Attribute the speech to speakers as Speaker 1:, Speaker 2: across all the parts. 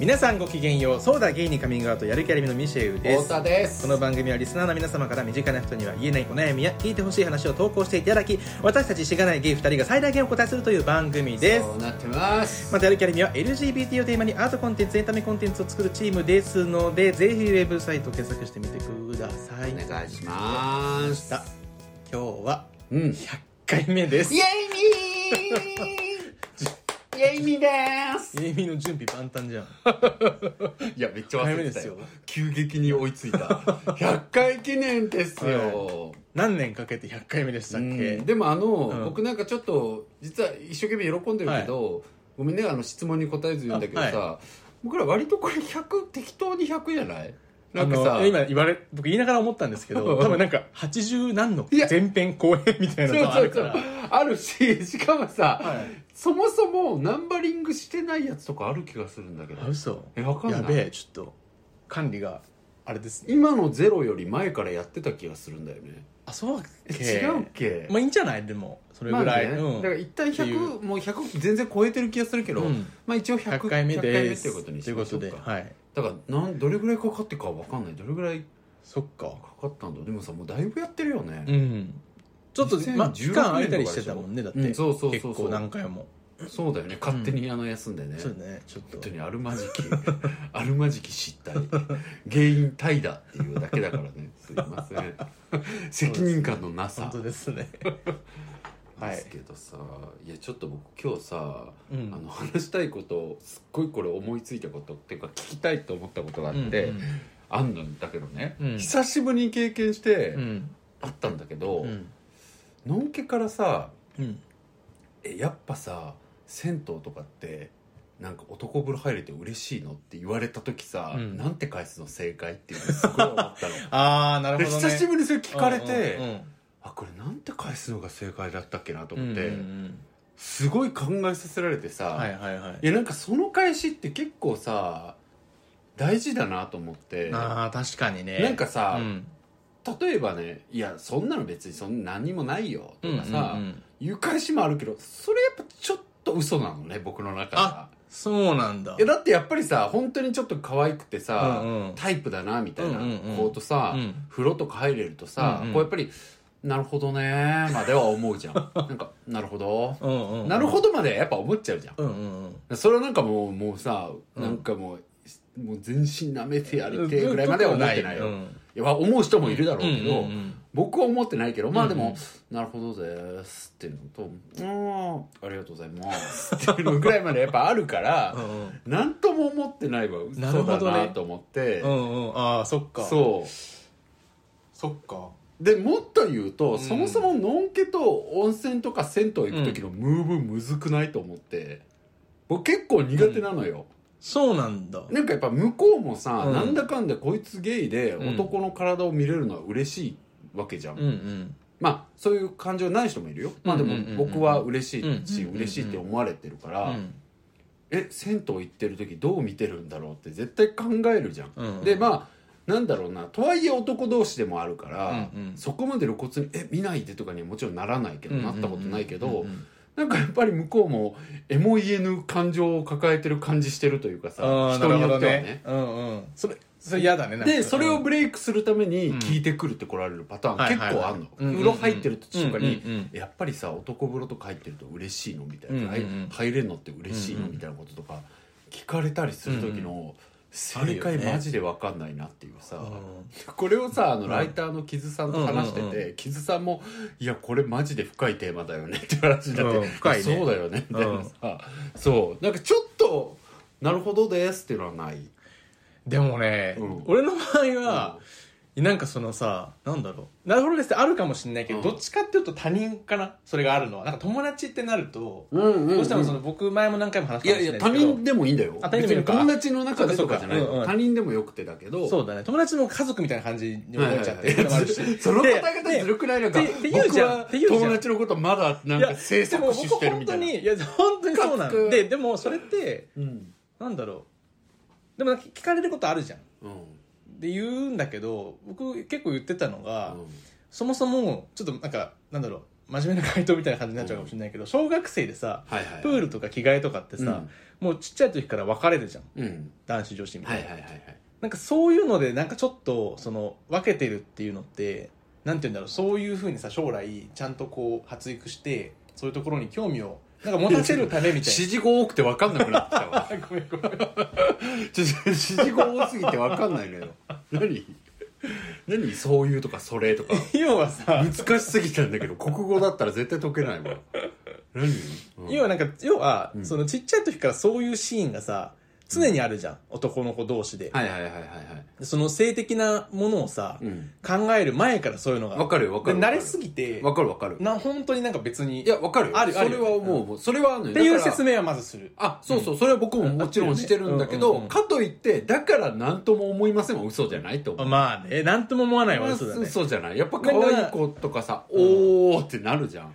Speaker 1: 皆さんごきげんようそうだゲイにカミングアウトやる気ありみのミシェウで
Speaker 2: 太
Speaker 1: す
Speaker 2: 田です
Speaker 1: この番組はリスナーの皆様から身近な人には言えないお悩みや聞いてほしい話を投稿していただき私たちしがないゲイ2人が最大限お答えするという番組です
Speaker 2: そうなってます
Speaker 1: またやる気ありみは LGBT をテーマにアートコンテンツエンタメコンテンツを作るチームですのでぜひウェブサイトを検索してみてください
Speaker 2: お願いします
Speaker 1: さあ今日は
Speaker 2: うんイエ
Speaker 1: 100回目です
Speaker 2: イミーイエイミーです
Speaker 1: ゲイミーの準備万端じゃん
Speaker 2: いやめっちゃ
Speaker 1: 早
Speaker 2: 忘
Speaker 1: め
Speaker 2: れ
Speaker 1: で
Speaker 2: てた
Speaker 1: す
Speaker 2: よ
Speaker 1: よ
Speaker 2: 急激に追いついた 100回記念ですよ、
Speaker 1: 何年かけて100回目でしたっけ
Speaker 2: うんでもあの、
Speaker 1: ん
Speaker 2: 僕なんかちょっと実は一生懸命喜んでるけど、ごめんねあの質問に答えず言うんだけどさ、
Speaker 1: あ
Speaker 2: 僕ら割とこれ100適当に100じゃないな
Speaker 1: あ
Speaker 2: んか
Speaker 1: の
Speaker 2: さ
Speaker 1: 今言われ僕言いながら思ったんです けど多分なんか80何の
Speaker 2: いや
Speaker 1: 前編後編みたいな
Speaker 2: そ
Speaker 1: の
Speaker 2: う
Speaker 1: があ
Speaker 2: そ
Speaker 1: る
Speaker 2: うそ
Speaker 1: か
Speaker 2: う
Speaker 1: ら
Speaker 2: あるししかもさ、
Speaker 1: はい
Speaker 2: そもそもナンバリングしてないやつとかある気がするんだけど
Speaker 1: あ嘘
Speaker 2: えわかんない
Speaker 1: やべえちょっと管理があれですね
Speaker 2: 今のゼロより前からやってた気がするんだよね
Speaker 1: あそうだっ
Speaker 2: え
Speaker 1: け
Speaker 2: 違うっけ、
Speaker 1: まあいいんじゃないでもそれぐらい、
Speaker 2: まあね
Speaker 1: うん
Speaker 2: だから一旦
Speaker 1: っ
Speaker 2: 100もう100全然超えてる気がするけど、
Speaker 1: うん
Speaker 2: まあ一応 100,
Speaker 1: 100回目
Speaker 2: 100回目
Speaker 1: で
Speaker 2: っ
Speaker 1: す
Speaker 2: ていうことにし
Speaker 1: という
Speaker 2: ま
Speaker 1: こ
Speaker 2: しょ
Speaker 1: と
Speaker 2: う
Speaker 1: で
Speaker 2: か
Speaker 1: はい
Speaker 2: だからなんどれぐらいかかってかわかんないどれぐらい
Speaker 1: そっか
Speaker 2: かかったんだでもさもうだいぶやってるよね、
Speaker 1: うんちょっと、まあ、
Speaker 2: 2016
Speaker 1: 期間空いたりしてたもんねだって、
Speaker 2: うんそうそうそうそう
Speaker 1: 結構何回も、
Speaker 2: そうだよね勝手にあの休んでね、
Speaker 1: そうだねちょっと
Speaker 2: 本当にあるまじき あるまじき失態原因怠惰っていうだけだからねすいませ ん責任感のな
Speaker 1: 本
Speaker 2: さ
Speaker 1: 当ですねは
Speaker 2: で
Speaker 1: い
Speaker 2: すけどさいやちょっと僕今日さ、
Speaker 1: うん
Speaker 2: あの話したいことすっごいこれ思いついたことっていうか聞きたいと思ったことがあって、
Speaker 1: うん
Speaker 2: あんのんだけどね、
Speaker 1: うん
Speaker 2: 久しぶりに経験して、
Speaker 1: うん
Speaker 2: あったんだけど、
Speaker 1: うん
Speaker 2: のんけからさ
Speaker 1: うん
Speaker 2: えやっぱさ銭湯とかってなんか男風呂入れて嬉しいのって言われた時さ、
Speaker 1: うん
Speaker 2: なんて返すの正解っていうのすごい思った の
Speaker 1: ああなる
Speaker 2: で
Speaker 1: ほど、ね、
Speaker 2: 久しぶりにそれ聞かれて、
Speaker 1: うんうんうん
Speaker 2: あこれなんて返すのが正解だったっけなと思っ
Speaker 1: う
Speaker 2: て、
Speaker 1: んうん
Speaker 2: すごい考えさせられてさ、
Speaker 1: うんはいはいはい
Speaker 2: いやなんかその返しって結構さ大事だなと思って
Speaker 1: ああ確かにね
Speaker 2: なんかさ
Speaker 1: うん
Speaker 2: 例えばねいやそんなの別にそんな何にもないよとかさ、
Speaker 1: うんうんうん
Speaker 2: 誘拐しもあるけどそれやっぱちょっと嘘なのね僕の中では
Speaker 1: あそうなんだ
Speaker 2: いやだってやっぱりさ本当にちょっと可愛くてさ、
Speaker 1: うんうん
Speaker 2: タイプだなみたいな
Speaker 1: うんうんうん
Speaker 2: 子とさ、
Speaker 1: うん
Speaker 2: 風呂とか入れるとさ、
Speaker 1: うんうん
Speaker 2: こうやっぱり「なるほどね」までは思うじゃん なんか「なるほど」
Speaker 1: うんうんうん
Speaker 2: なるほど」までやっぱ思っちゃうじゃん
Speaker 1: うんうん
Speaker 2: それはなんかもうもうさ
Speaker 1: うん
Speaker 2: なんかもう,、もう全身舐めてや
Speaker 1: う
Speaker 2: り
Speaker 1: ん
Speaker 2: てえぐらいまでは思ってないよ、
Speaker 1: うん
Speaker 2: いや思う人もいるだろうけど、
Speaker 1: うんうんうん
Speaker 2: 僕は思ってないけどまあで
Speaker 1: うんう
Speaker 2: も
Speaker 1: ん
Speaker 2: 「なるほどです」っていうのと「うんありがとうござい ます」っていうのぐらいまでやっぱある から
Speaker 1: うんうん
Speaker 2: 何とも思ってないわ嘘
Speaker 1: なるほ
Speaker 2: だ
Speaker 1: どね
Speaker 2: なと思って、
Speaker 1: うんうんああそっか
Speaker 2: そう
Speaker 1: そっか
Speaker 2: でもっと言うと、
Speaker 1: ん
Speaker 2: そもそものんけと温泉とか銭湯行く時のムーブむずくないと思って僕結構苦手なのよ、
Speaker 1: そうなんだ
Speaker 2: なんかやっぱ向こうもさ、
Speaker 1: うん
Speaker 2: なんだかんだこいつゲイで
Speaker 1: うん
Speaker 2: 男の体を見れるのは嬉しいわけじゃん
Speaker 1: うんうん
Speaker 2: まあそういう感情ない人もいるよ、まあ、で
Speaker 1: うんうんうんう
Speaker 2: も
Speaker 1: ん
Speaker 2: 僕は嬉しいし、
Speaker 1: うんうんうん
Speaker 2: 嬉しいって思われてるから、
Speaker 1: うん
Speaker 2: え銭湯行ってる時どう見てるんだろうって絶対考えるじゃん、
Speaker 1: うん
Speaker 2: でまあなんだろうなとはいえ男同士でもあるから、
Speaker 1: うんうん
Speaker 2: そこまで露骨に「え見ないで」とかにはもちろんならないけど、
Speaker 1: うんうんう
Speaker 2: なんったことないけど、
Speaker 1: うんうん
Speaker 2: なんかやっぱり向こうもえも言えぬ感情を抱えてる感じしてるというか
Speaker 1: あ
Speaker 2: さ
Speaker 1: あ
Speaker 2: 人
Speaker 1: なる
Speaker 2: に
Speaker 1: ほ
Speaker 2: よ
Speaker 1: ど
Speaker 2: ってはね
Speaker 1: ねうんうんそれそれ嫌だねなんか
Speaker 2: でそれ
Speaker 1: う
Speaker 2: を
Speaker 1: ん
Speaker 2: ブレイクするために
Speaker 1: うん
Speaker 2: 聞いてくるってこられるパターン
Speaker 1: はい
Speaker 2: 結
Speaker 1: はい
Speaker 2: 構
Speaker 1: はい
Speaker 2: あんの
Speaker 1: うんうんうん
Speaker 2: 風呂入ってるととかに
Speaker 1: うんうんうん
Speaker 2: やっぱりさ男風呂とか入ってると嬉しいのみたいな、
Speaker 1: うんうんうん
Speaker 2: 入れんのって嬉しい
Speaker 1: うん
Speaker 2: の
Speaker 1: うん
Speaker 2: みたいなこととか聞かれたりする時の正
Speaker 1: あ
Speaker 2: 解
Speaker 1: るよね
Speaker 2: マジで分かんないなっていうさ、
Speaker 1: うん
Speaker 2: これをさあのライターの木津さんと話してて、
Speaker 1: うんうんう
Speaker 2: 木津さんも「いやこれマジで深いテーマだよね」って話になって、
Speaker 1: うん深いね
Speaker 2: そうだよねみたいなさ、そうなんかちょっと「なるほどです」っていうのはない。
Speaker 1: でもね、
Speaker 2: うん
Speaker 1: 俺の場合は、なんかそのさ、なんだろう。なるほどですってあるかもしれないけど、
Speaker 2: うん
Speaker 1: どっちかっていうと他人かなそれがあるのは。なんか友達ってなると、
Speaker 2: うんうん
Speaker 1: どうしてもその僕前も何回も話し
Speaker 2: い
Speaker 1: た
Speaker 2: や
Speaker 1: かも
Speaker 2: い
Speaker 1: しれな
Speaker 2: や
Speaker 1: い
Speaker 2: 他
Speaker 1: ですけど。
Speaker 2: 人でもいいんだよ
Speaker 1: あ他人でもいいのか
Speaker 2: 別に友達の中でとかじゃない
Speaker 1: そうかそうかうんうん
Speaker 2: 他人でもよくてだけど
Speaker 1: そうだね。友達の家族みたいな感じに思っちゃって
Speaker 2: はい
Speaker 1: る
Speaker 2: はい
Speaker 1: の
Speaker 2: は
Speaker 1: もあ
Speaker 2: い
Speaker 1: るし。
Speaker 2: その
Speaker 1: で
Speaker 2: 方々ずるくないのか
Speaker 1: でで言う
Speaker 2: 僕
Speaker 1: じゃん
Speaker 2: は
Speaker 1: で言うじゃん
Speaker 2: 友達のことまだなんか制
Speaker 1: でも
Speaker 2: 作視
Speaker 1: 僕
Speaker 2: してる
Speaker 1: 本
Speaker 2: み
Speaker 1: 当
Speaker 2: たいな
Speaker 1: に、いや、本当にそう
Speaker 2: ムカ
Speaker 1: な
Speaker 2: つ
Speaker 1: の。
Speaker 2: く
Speaker 1: で、でもそれって、
Speaker 2: うん
Speaker 1: なんだろう。でもなんか聞かれることあるじゃん。
Speaker 2: うん
Speaker 1: で、言うんだけど、僕結構言ってたのが、
Speaker 2: うん
Speaker 1: そもそも、ちょっとなんか、なんだろう、真面目な回答みたいな感じになっちゃうかもしれないけど、小学生でさ、
Speaker 2: はいはい
Speaker 1: プールとか着替えとかってさ、もうちっちゃい時から分かれるじゃん
Speaker 2: うん
Speaker 1: 男子女子みた
Speaker 2: は
Speaker 1: いな、
Speaker 2: いはいはいはい
Speaker 1: なんかそういうのでなんかちょっとその分けてるっていうのってなんて言うんだろうそういうふうにさ将来ちゃんとこう発育してそういうところに興味をなんか持たせる ためみた
Speaker 2: 指
Speaker 1: い
Speaker 2: 示語多くて分かんなくなってきた わ
Speaker 1: なごめんごめん
Speaker 2: ちょちょ指示語多すぎて分かんないのよ何何そういうとかそれとか
Speaker 1: 要はさ
Speaker 2: 難しすぎたんだけど国語だったら絶対解けないわ何、うん
Speaker 1: 要はなんか要は、
Speaker 2: うん
Speaker 1: そのちっちゃい時からそういうシーンがさ常にあるじゃん、男の子同士で、
Speaker 2: はいはいはいはいはい
Speaker 1: でその性的なものをさ、
Speaker 2: うん
Speaker 1: 考える前からそういうのが
Speaker 2: 分かるよ分か
Speaker 1: で
Speaker 2: る
Speaker 1: 慣れすぎて
Speaker 2: 分かる分かる
Speaker 1: な本当になんか別に
Speaker 2: いや分かるよ
Speaker 1: ある
Speaker 2: それは
Speaker 1: ある
Speaker 2: もう、それはあるのよ
Speaker 1: っていう
Speaker 2: だから
Speaker 1: 説明はまずする
Speaker 2: あそうそう、それは僕ももちろんしてるんだけど、
Speaker 1: うんうんうん
Speaker 2: かといってだから何とも思いませんは嘘じゃないと思う
Speaker 1: まあねなんとも思わないわ嘘だね
Speaker 2: 嘘じゃないやっぱ可愛い子とかさおーってなるじゃん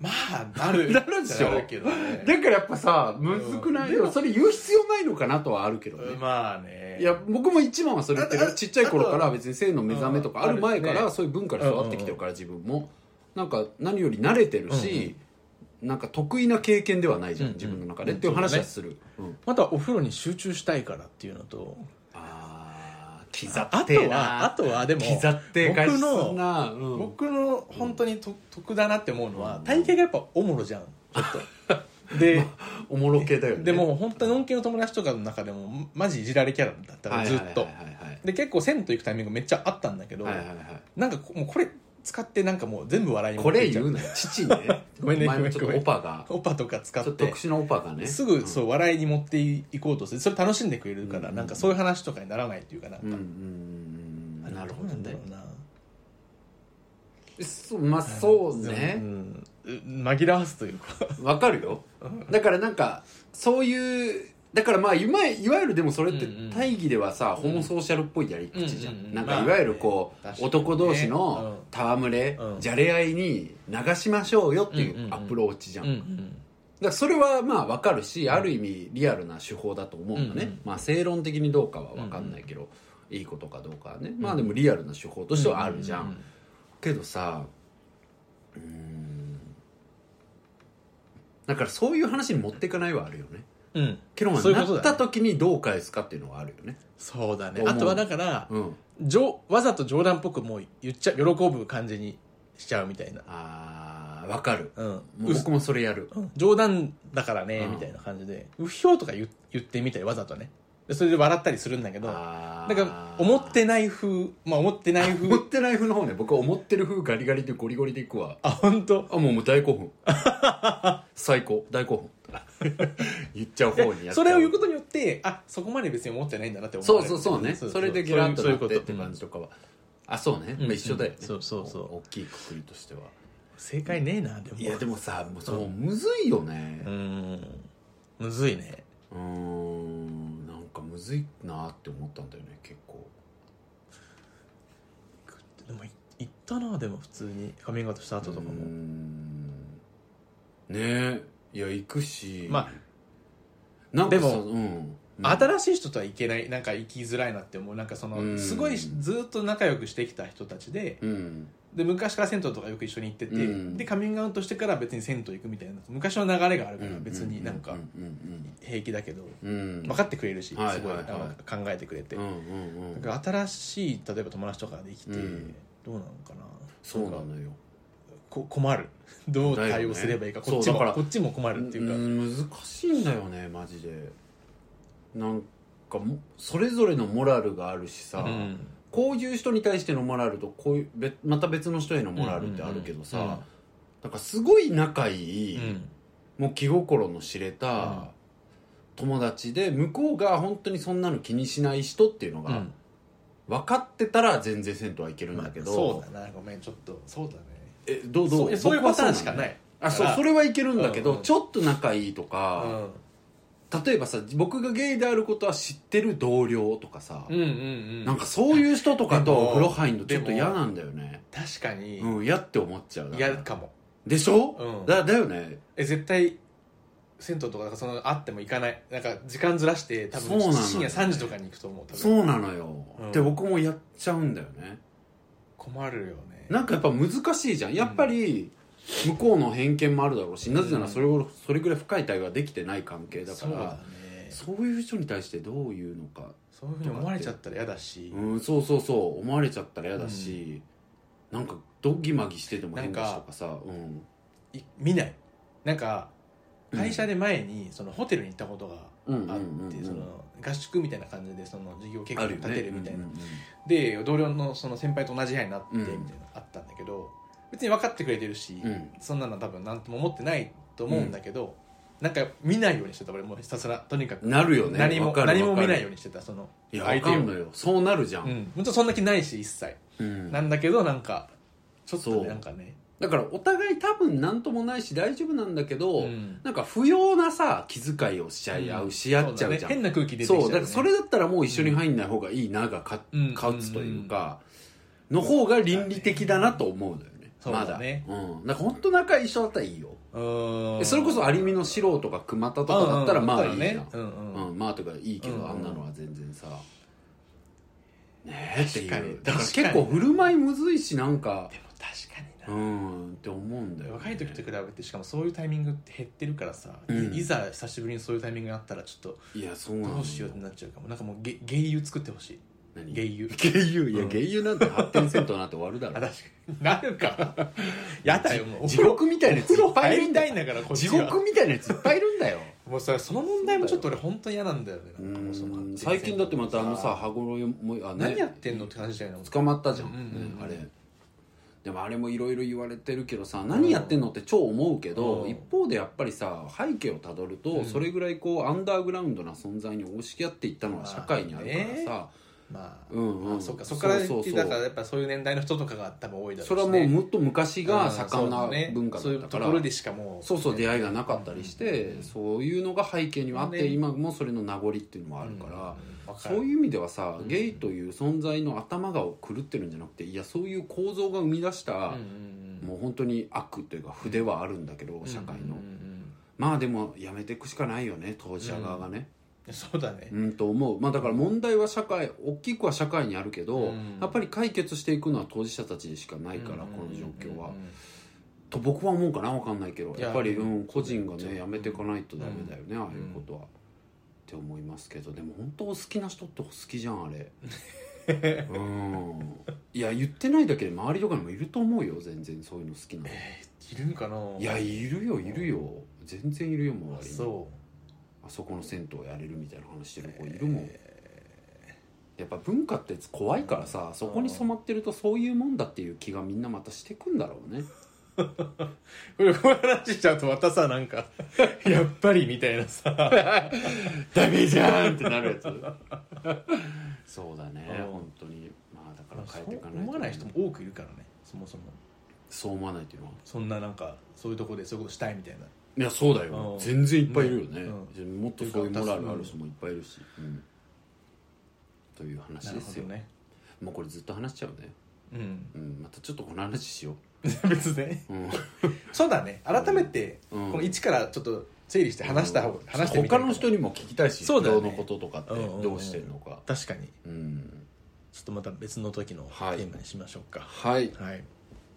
Speaker 1: まあな る
Speaker 2: なるでしょ
Speaker 1: なるけどね
Speaker 2: だからやっぱさむずくない、
Speaker 1: うん
Speaker 2: でもそれ言う必要ないのかなとはあるけどね、
Speaker 1: まあね
Speaker 2: いや僕も一番はそれ言ってる
Speaker 1: あ
Speaker 2: よ
Speaker 1: あ
Speaker 2: ちっちゃい頃か
Speaker 1: あ
Speaker 2: ら
Speaker 1: と
Speaker 2: 別に性の目覚めとか
Speaker 1: うん
Speaker 2: ある前か
Speaker 1: ある
Speaker 2: ら
Speaker 1: ね
Speaker 2: そういう文化で育ってきてるから自分もなんか何より慣れてるしなんか得意な経験ではないじゃ
Speaker 1: うんんうん
Speaker 2: 自分の中でっていう話はするうん
Speaker 1: またお風呂に集中したいからっていうのと
Speaker 2: あー
Speaker 1: あとはあとはでも
Speaker 2: 刻って返すなうん
Speaker 1: 僕の本当にと得だなって思うのは体型がやっぱおもろじゃんちょっ とで
Speaker 2: おもろ系だよね
Speaker 1: でも本当にのんきの友達とかの中でもマジいじられキャラだった
Speaker 2: は
Speaker 1: ら
Speaker 2: い
Speaker 1: ず
Speaker 2: は
Speaker 1: っ
Speaker 2: いはい
Speaker 1: と
Speaker 2: はい
Speaker 1: で結構銭湯行くタイミングめっちゃあったんだけど
Speaker 2: はいはいはいはい
Speaker 1: なんかこもうこれ使ってなんかもう全部笑いに
Speaker 2: こ
Speaker 1: 持って
Speaker 2: れ
Speaker 1: いっちゃ
Speaker 2: 言
Speaker 1: う
Speaker 2: うなよ父ね
Speaker 1: ごめんね
Speaker 2: お前もちょっ
Speaker 1: ご
Speaker 2: と
Speaker 1: めん
Speaker 2: オパがち
Speaker 1: オパとか使
Speaker 2: ょっと
Speaker 1: って
Speaker 2: 特殊なオパがね
Speaker 1: す
Speaker 2: う
Speaker 1: ぐ
Speaker 2: ん
Speaker 1: そう笑いに持っていこうとするそれ楽しんでくれるから、
Speaker 2: うん
Speaker 1: なんかそういう話とかにならないっていうかなんか、
Speaker 2: うんうんうんうんなるほど
Speaker 1: んだ
Speaker 2: ね
Speaker 1: ろうな
Speaker 2: そうまあそう
Speaker 1: う
Speaker 2: ね
Speaker 1: んうん紛らわすというか
Speaker 2: わかるよだからなんかそういうだからまあ今いわゆるでもそれって
Speaker 1: うんうん
Speaker 2: 大義ではさ、ホモソーシャルっぽいやり口じゃん,、
Speaker 1: うんうんうん
Speaker 2: なん
Speaker 1: まあ
Speaker 2: か
Speaker 1: ね
Speaker 2: いわゆるこう、
Speaker 1: 確かにね
Speaker 2: 男同士の戯れ、
Speaker 1: うん
Speaker 2: じゃれ合いに流しましょうよって
Speaker 1: んうん
Speaker 2: いううんアプローチじゃん,、
Speaker 1: うんう
Speaker 2: だか
Speaker 1: ん
Speaker 2: らそれはまあわかるし、ある意味リアルな手法だと思うのね、
Speaker 1: うんうん
Speaker 2: まあ正論的にどうかはわかんないけど、いいことかどうかはねまあでもリアルな手法としてはあるじゃん、
Speaker 1: うん
Speaker 2: けどさうーんだからそういう話に持っていかないはあるよね
Speaker 1: うんうん
Speaker 2: けどまあ
Speaker 1: そういうこと
Speaker 2: な
Speaker 1: だね
Speaker 2: った時にどう返すかっていうのはあるよね
Speaker 1: そうだね
Speaker 2: 思う
Speaker 1: あとはだから、
Speaker 2: うん
Speaker 1: 冗わざと冗談っぽくもう言っちゃ喜ぶ感じにしちゃうみたいな、
Speaker 2: あーわかる
Speaker 1: うん
Speaker 2: も
Speaker 1: う
Speaker 2: う
Speaker 1: す
Speaker 2: 僕もそれやる
Speaker 1: うん冗談だからね、
Speaker 2: うん
Speaker 1: みたいな感じで「うひょう」とか言言ってみたりわざとねでそれで笑ったりするんだけどだ
Speaker 2: あー
Speaker 1: から思ってない風まあ思ってない風
Speaker 2: 思 ってない風の方ね僕は思ってる風ガリガリでゴリゴリでいくわ
Speaker 1: あ本当
Speaker 2: あもうもう大興 奮最高大興奮言っちゃう方にやっちゃ
Speaker 1: それを言うことによってあそこまで別に思ってないんだなって思
Speaker 2: そ
Speaker 1: わ
Speaker 2: う
Speaker 1: れる
Speaker 2: そうそうねそれでギ
Speaker 1: そう
Speaker 2: ラ
Speaker 1: い
Speaker 2: ッ
Speaker 1: う
Speaker 2: と
Speaker 1: そうい
Speaker 2: な
Speaker 1: う
Speaker 2: っ
Speaker 1: こと
Speaker 2: てって感じとかはあそうね、
Speaker 1: うん
Speaker 2: まあ、一緒だよね、
Speaker 1: うんそうそうそう
Speaker 2: お大きいくくりとしては
Speaker 1: 正解ねえなでも
Speaker 2: いやでもさもうそうむずいよね
Speaker 1: うーんむずいね
Speaker 2: うーんなんかむずいなって思ったんだよね結構
Speaker 1: でもい行ったなでも普通にカミングアウトした後とか
Speaker 2: うー
Speaker 1: も
Speaker 2: んねえいや行くし
Speaker 1: まあ
Speaker 2: なんかさ
Speaker 1: でも
Speaker 2: うん
Speaker 1: 新しい人とはいけないなんか行きづらいなって思うなんかその
Speaker 2: うん
Speaker 1: すごいずっと仲良くしてきた人たちで
Speaker 2: うん
Speaker 1: で昔から銭湯とかよく一緒に行ってて
Speaker 2: うん
Speaker 1: でカミングアウトしてから別に銭湯行くみたいな昔の流れがあるから別になんか
Speaker 2: うん
Speaker 1: 平気だけど
Speaker 2: うんうんうん
Speaker 1: 分かってくれるしすごい
Speaker 2: はい
Speaker 1: あ
Speaker 2: はいはい
Speaker 1: の考えてくれて
Speaker 2: うんうんうん
Speaker 1: だから新しい例えば友達とかができて、
Speaker 2: うん
Speaker 1: どうなのかな
Speaker 2: そうな
Speaker 1: なんか
Speaker 2: のよ
Speaker 1: こ 困るどう対応すればいいか、
Speaker 2: だよね
Speaker 1: こっち
Speaker 2: そうだから
Speaker 1: もこっちも困るっていうか、
Speaker 2: ん難しいんだよねマジでなんかもそれぞれのモラルがあるしさ、
Speaker 1: うん
Speaker 2: こういう人に対してのモラルとこういうべまた別の人へのモラルってあるけどさ、
Speaker 1: うんうんうん
Speaker 2: なんかすごい仲いい、
Speaker 1: うん
Speaker 2: もう気心の知れ
Speaker 1: うん
Speaker 2: た友達で向こうが本当にそんなの気にしない人っていうの
Speaker 1: う
Speaker 2: が
Speaker 1: ん
Speaker 2: 分かってたら全然銭湯はいけるん
Speaker 1: ま
Speaker 2: だ
Speaker 1: あ
Speaker 2: けど、
Speaker 1: そうだなごめんちょっとそうだね
Speaker 2: えどうど
Speaker 1: そううそういうパターンしか
Speaker 2: 僕はそうなの
Speaker 1: な
Speaker 2: よ
Speaker 1: い
Speaker 2: あそう
Speaker 1: から
Speaker 2: それはいけるんだけど、
Speaker 1: うんうん
Speaker 2: ちょっと仲いいとか、例えばさ僕がゲイであることは知ってる同僚とかさ、
Speaker 1: うん、うんうんうん
Speaker 2: なんかそういう人とか
Speaker 1: で
Speaker 2: と
Speaker 1: も
Speaker 2: お風呂入んのちょっと嫌なんだよね
Speaker 1: 確かに
Speaker 2: うん嫌って思っちゃうだから
Speaker 1: 嫌かも、
Speaker 2: でしょ、
Speaker 1: うん
Speaker 2: だだよね
Speaker 1: え絶対銭湯とかなんかそのあっても行かないなんか時間ずらして多
Speaker 2: そうな
Speaker 1: 分
Speaker 2: のよ
Speaker 1: 深夜3時とかに行くと思う多分
Speaker 2: そうなのよ、
Speaker 1: うん
Speaker 2: で僕もやっちゃうんだよね
Speaker 1: 困るよね
Speaker 2: なんかやっぱ難しいじゃんやっぱり、向こうの偏見もあるだろうしなぜな
Speaker 1: う
Speaker 2: ら
Speaker 1: ん
Speaker 2: それをそれぐらい深い対話ができてない関係だか
Speaker 1: そうだ
Speaker 2: ら
Speaker 1: ね
Speaker 2: そう,、いう人に対してどういうのか、
Speaker 1: そういうふうに思われちゃったら嫌だし、
Speaker 2: うん、そうそうそう思われちゃったら嫌だし、なんかドギマギしてても変だしとかさうん
Speaker 1: い見ないなんか
Speaker 2: うん
Speaker 1: 会社で前にそのホテルに行ったことが
Speaker 2: うん
Speaker 1: あっ
Speaker 2: うんうんう
Speaker 1: て
Speaker 2: ん
Speaker 1: その合宿みたいな感じでその事業計画立てるみたいな、
Speaker 2: うんうんうん
Speaker 1: で同僚のその先輩と同じ部屋になって
Speaker 2: うん
Speaker 1: みたいなのあったんだけど別に分かってくれてるし、
Speaker 2: うん
Speaker 1: そんなの多分何とも思ってないと思うんだけど、なんか見ないようにしてた俺もうひたすらとにかく
Speaker 2: なるよね
Speaker 1: 何も
Speaker 2: わかるわかる
Speaker 1: 何も見ないようにしてたその
Speaker 2: いや
Speaker 1: 相
Speaker 2: わ
Speaker 1: 手を
Speaker 2: かんのよそうなるじゃ、
Speaker 1: うんん本当そんな気ないし一切、
Speaker 2: うん
Speaker 1: なんだけどなんかちょっと
Speaker 2: そう
Speaker 1: ねなんかね
Speaker 2: だからお互い多分何ともないし大丈夫なんだけど、
Speaker 1: ん
Speaker 2: なんか不要なさ気遣いをしちゃい合う、し合っちゃうじ
Speaker 1: そ
Speaker 2: ゃ
Speaker 1: だね
Speaker 2: ん
Speaker 1: 変な空気出てきちゃ
Speaker 2: そう
Speaker 1: よ
Speaker 2: う
Speaker 1: ね
Speaker 2: だからそれだったらもう一緒に入んない方がいいながか、
Speaker 1: うん
Speaker 2: 勝つというか、の方が倫理的だなと思うのよね
Speaker 1: そう
Speaker 2: ま
Speaker 1: だ
Speaker 2: だ
Speaker 1: ね
Speaker 2: うん、なんか本当仲一緒だったらいいよ、
Speaker 1: うん
Speaker 2: それこそアリミの素人が熊田とかだったらまあいいじゃん、
Speaker 1: うんうんうん
Speaker 2: うん、まあとかいいけど、
Speaker 1: うんうん
Speaker 2: あんなのは全然さねえってい
Speaker 1: 確かに
Speaker 2: うだから
Speaker 1: 確か
Speaker 2: 結
Speaker 1: に
Speaker 2: 構振る舞いむずいしなんか
Speaker 1: でも確かに
Speaker 2: う
Speaker 1: な、
Speaker 2: んって思うんだよね、
Speaker 1: 若い時と比べてしかもそういうタイミングって減ってるからさ、
Speaker 2: うん
Speaker 1: いいざ久しぶりにそういうタイミングがあったらちょっ
Speaker 2: いやそうな
Speaker 1: と
Speaker 2: の
Speaker 1: どうしようってなっちゃうかもなんかもうゲゲイユ作ってほしい
Speaker 2: 何
Speaker 1: ゲイユ
Speaker 2: ゲイユいや、
Speaker 1: うん
Speaker 2: ゲイユなんて発展せんとなって終わるだ
Speaker 1: あ
Speaker 2: ろ
Speaker 1: 確かになるか やだよもう
Speaker 2: 地獄みたいなやつい
Speaker 1: お
Speaker 2: っぱ
Speaker 1: 風
Speaker 2: いいるん
Speaker 1: 呂入り
Speaker 2: だ
Speaker 1: た
Speaker 2: よ
Speaker 1: いんだからこっち
Speaker 2: 地
Speaker 1: は
Speaker 2: 獄みたいなやついっぱいいるんだよ
Speaker 1: もうさその問題もちょっと俺本当に嫌なんだよねなんかもうその
Speaker 2: うん最近だってまたあのさ羽衣もあ、ね、
Speaker 1: 何やってんのって感じだよね
Speaker 2: 捕まったじゃん、
Speaker 1: うんうんうん
Speaker 2: ねあれでもあれもいろいろ言われてるけどさ何やってんのって超思うけど、
Speaker 1: うん
Speaker 2: 一方でやっぱりさ背景をたどると、
Speaker 1: うん
Speaker 2: それぐらいこうアンダーグラウンドな存在に押しき合っていったのは社会にあるからさ、
Speaker 1: まあ、
Speaker 2: うんうん
Speaker 1: あそっかそっから
Speaker 2: そうそうそう
Speaker 1: だからやっぱそういう年代の人とかが多分多いだろうし、ね、
Speaker 2: それはもうもっと昔が盛ん
Speaker 1: う
Speaker 2: なん
Speaker 1: そうだね
Speaker 2: 文化だった
Speaker 1: そ
Speaker 2: か
Speaker 1: ういう
Speaker 2: ら、
Speaker 1: ところでしかもう
Speaker 2: そうそう出会いがなかったりして、
Speaker 1: うん
Speaker 2: そういうのが背景にはあって、
Speaker 1: ね
Speaker 2: 今もそれの名残っていうのもあるから、
Speaker 1: うん、
Speaker 2: そう
Speaker 1: う
Speaker 2: いう意味ではさ、
Speaker 1: うん
Speaker 2: ゲイという存在の頭が狂ってるんじゃなくていやそういう構造が生み出した、もう本当に悪というか筆はあるんだけど、社会の、まあでもやめていくしかないよね当事者側がね、
Speaker 1: そうだね
Speaker 2: うん、と思うまあだから問題は社会大きくは社会にあるけど、
Speaker 1: うん
Speaker 2: やっぱり解決していくのは当事者たちでしかないから、この状況は、と僕は思うかなわかんないけど
Speaker 1: いや
Speaker 2: やっぱり、
Speaker 1: う
Speaker 2: うんん、個人が
Speaker 1: そうだ
Speaker 2: ね
Speaker 1: よ
Speaker 2: やめていかないとダメだよね、ああいうことは。って思いますけどでも本当お好きな人ってお好きじゃんあれうんいや言ってないだけで周りとかにもいると思うよ全然そういうの好きなの
Speaker 1: えーいるんかない
Speaker 2: いやいるよいるよ全然いるよ周りに
Speaker 1: そ
Speaker 2: あそこの銭湯やれるみたいな話して
Speaker 1: う
Speaker 2: る子いるもん、
Speaker 1: え
Speaker 2: やっぱ文化って怖いからさそこに染まってるとそういうもんだっていう気がみんなまたしてくんだろうね
Speaker 1: ーこれこういう話しちゃうとまたさなんか やっぱりみたいなさ
Speaker 2: ダメじゃんってなるやつ そうだね
Speaker 1: うん
Speaker 2: 本当にまあだから変えていかないと
Speaker 1: 思わない人も多くいるからねそもそも
Speaker 2: そう思わないっていうのは
Speaker 1: そんななんかそういうとこでそういうことしたいみたいない
Speaker 2: やそうだ
Speaker 1: うん
Speaker 2: よ全然いっぱいいるよね
Speaker 1: う
Speaker 2: もっとそういうモラルある人もいっぱいいるしうんという話
Speaker 1: なる
Speaker 2: で
Speaker 1: ほ
Speaker 2: す
Speaker 1: ど
Speaker 2: よ
Speaker 1: ね
Speaker 2: もうこれずっと話しちゃうね
Speaker 1: うん
Speaker 2: うんまたちょっとこの話しよ
Speaker 1: 別ね
Speaker 2: ううん
Speaker 1: そうだね改めて、
Speaker 2: うん
Speaker 1: この一からちょっと整理して話した方、
Speaker 2: うん
Speaker 1: 話してみた
Speaker 2: 他
Speaker 1: いかも
Speaker 2: の人にも聞きたいし
Speaker 1: そうだよ
Speaker 2: ど
Speaker 1: ね
Speaker 2: のこととかってどうしてるのか
Speaker 1: 確かに
Speaker 2: うん
Speaker 1: ちょっとまた別の時のテ
Speaker 2: はい
Speaker 1: ーマにしましょうか
Speaker 2: はい
Speaker 1: はい、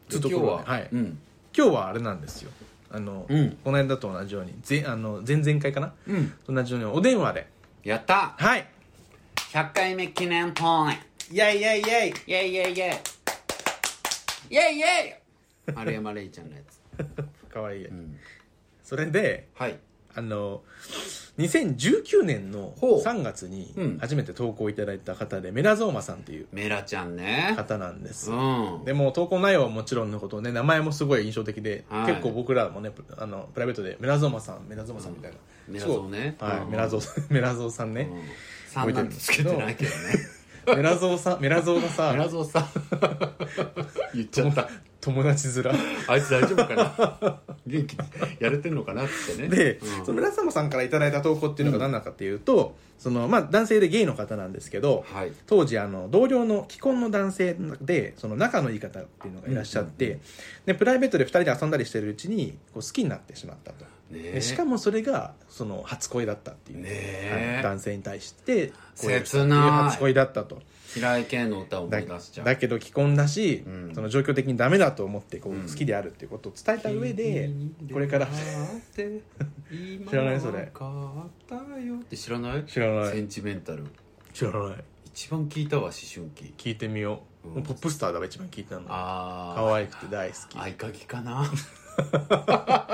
Speaker 2: ち
Speaker 1: ち
Speaker 2: ょっ
Speaker 1: ょ
Speaker 2: と
Speaker 1: っ
Speaker 2: 今日
Speaker 1: と今日
Speaker 2: は
Speaker 1: は、
Speaker 2: はい
Speaker 1: い、
Speaker 2: うん
Speaker 1: 今日はあれなんですよあの、
Speaker 2: うん
Speaker 1: この間と同じようにぜあの前々回かな
Speaker 2: うん
Speaker 1: と同じようにお電話で
Speaker 2: やった
Speaker 1: はい
Speaker 2: 100回目記念公演
Speaker 1: イェイイェイ
Speaker 2: イェイイェイイェ
Speaker 1: イェイ
Speaker 2: イイェイイェイ丸山レイちゃんのやつ、
Speaker 1: かわいい、
Speaker 2: ん、
Speaker 1: それで
Speaker 2: はい
Speaker 1: あの2019年の
Speaker 2: ほう
Speaker 1: 3月に
Speaker 2: うん
Speaker 1: 初めて投稿いただいた方で、メラゾーマさんっていう
Speaker 2: メラちゃんね
Speaker 1: 方なんです
Speaker 2: うん
Speaker 1: でも投稿内容はもちろんのことね名前もすごい印象的で、
Speaker 2: はい
Speaker 1: 結構僕らもねプあのプライベートでメラゾーマさんメラゾーマさんみたいな、
Speaker 2: メラゾーね
Speaker 1: そうはい
Speaker 2: うん
Speaker 1: メラゾー メラゾーさん
Speaker 2: う
Speaker 1: ね、
Speaker 2: ん3なんてつけてないけどね
Speaker 1: メラゾーさんメラゾーが
Speaker 2: メラ
Speaker 1: さ
Speaker 2: ゾーさん言っちゃった
Speaker 1: 友達面
Speaker 2: あいつ大丈夫かな元気にやれてんのかなってね
Speaker 1: で、
Speaker 2: うん
Speaker 1: そのメラゾーマさんからいただいた投稿っていうのが何なのかっていうと、そのまあ男性でゲイの方なんですけど
Speaker 2: はい
Speaker 1: 当時あの同僚の既婚の男性でその仲のいい方っていうのがいらっしゃって、
Speaker 2: うん
Speaker 1: でプライベートで2人で遊んだりしてるうちにこう好きになってしまったと。
Speaker 2: ね
Speaker 1: でしかもそれがその初恋だったっていう、
Speaker 2: ねえ
Speaker 1: はい男性に対して
Speaker 2: 切ない
Speaker 1: 恋をしたっていう初恋だったと
Speaker 2: 平井堅の歌を思い出しちゃう
Speaker 1: だけど既婚だし、
Speaker 2: うん
Speaker 1: その状況的にダメだと思ってこう
Speaker 2: うん
Speaker 1: 好きであるっていうことを伝えた上で、こ れから 知
Speaker 2: 知
Speaker 1: らないそれ
Speaker 2: って知らない
Speaker 1: 知らな
Speaker 2: セ
Speaker 1: い
Speaker 2: ンチメンタル
Speaker 1: 知らない
Speaker 2: 一番聞いたわ思春期
Speaker 1: 聞いてみよう、
Speaker 2: うん
Speaker 1: もうポップスターだわ一番聞いたの可
Speaker 2: ああ
Speaker 1: 愛くて大好き
Speaker 2: 合鍵か な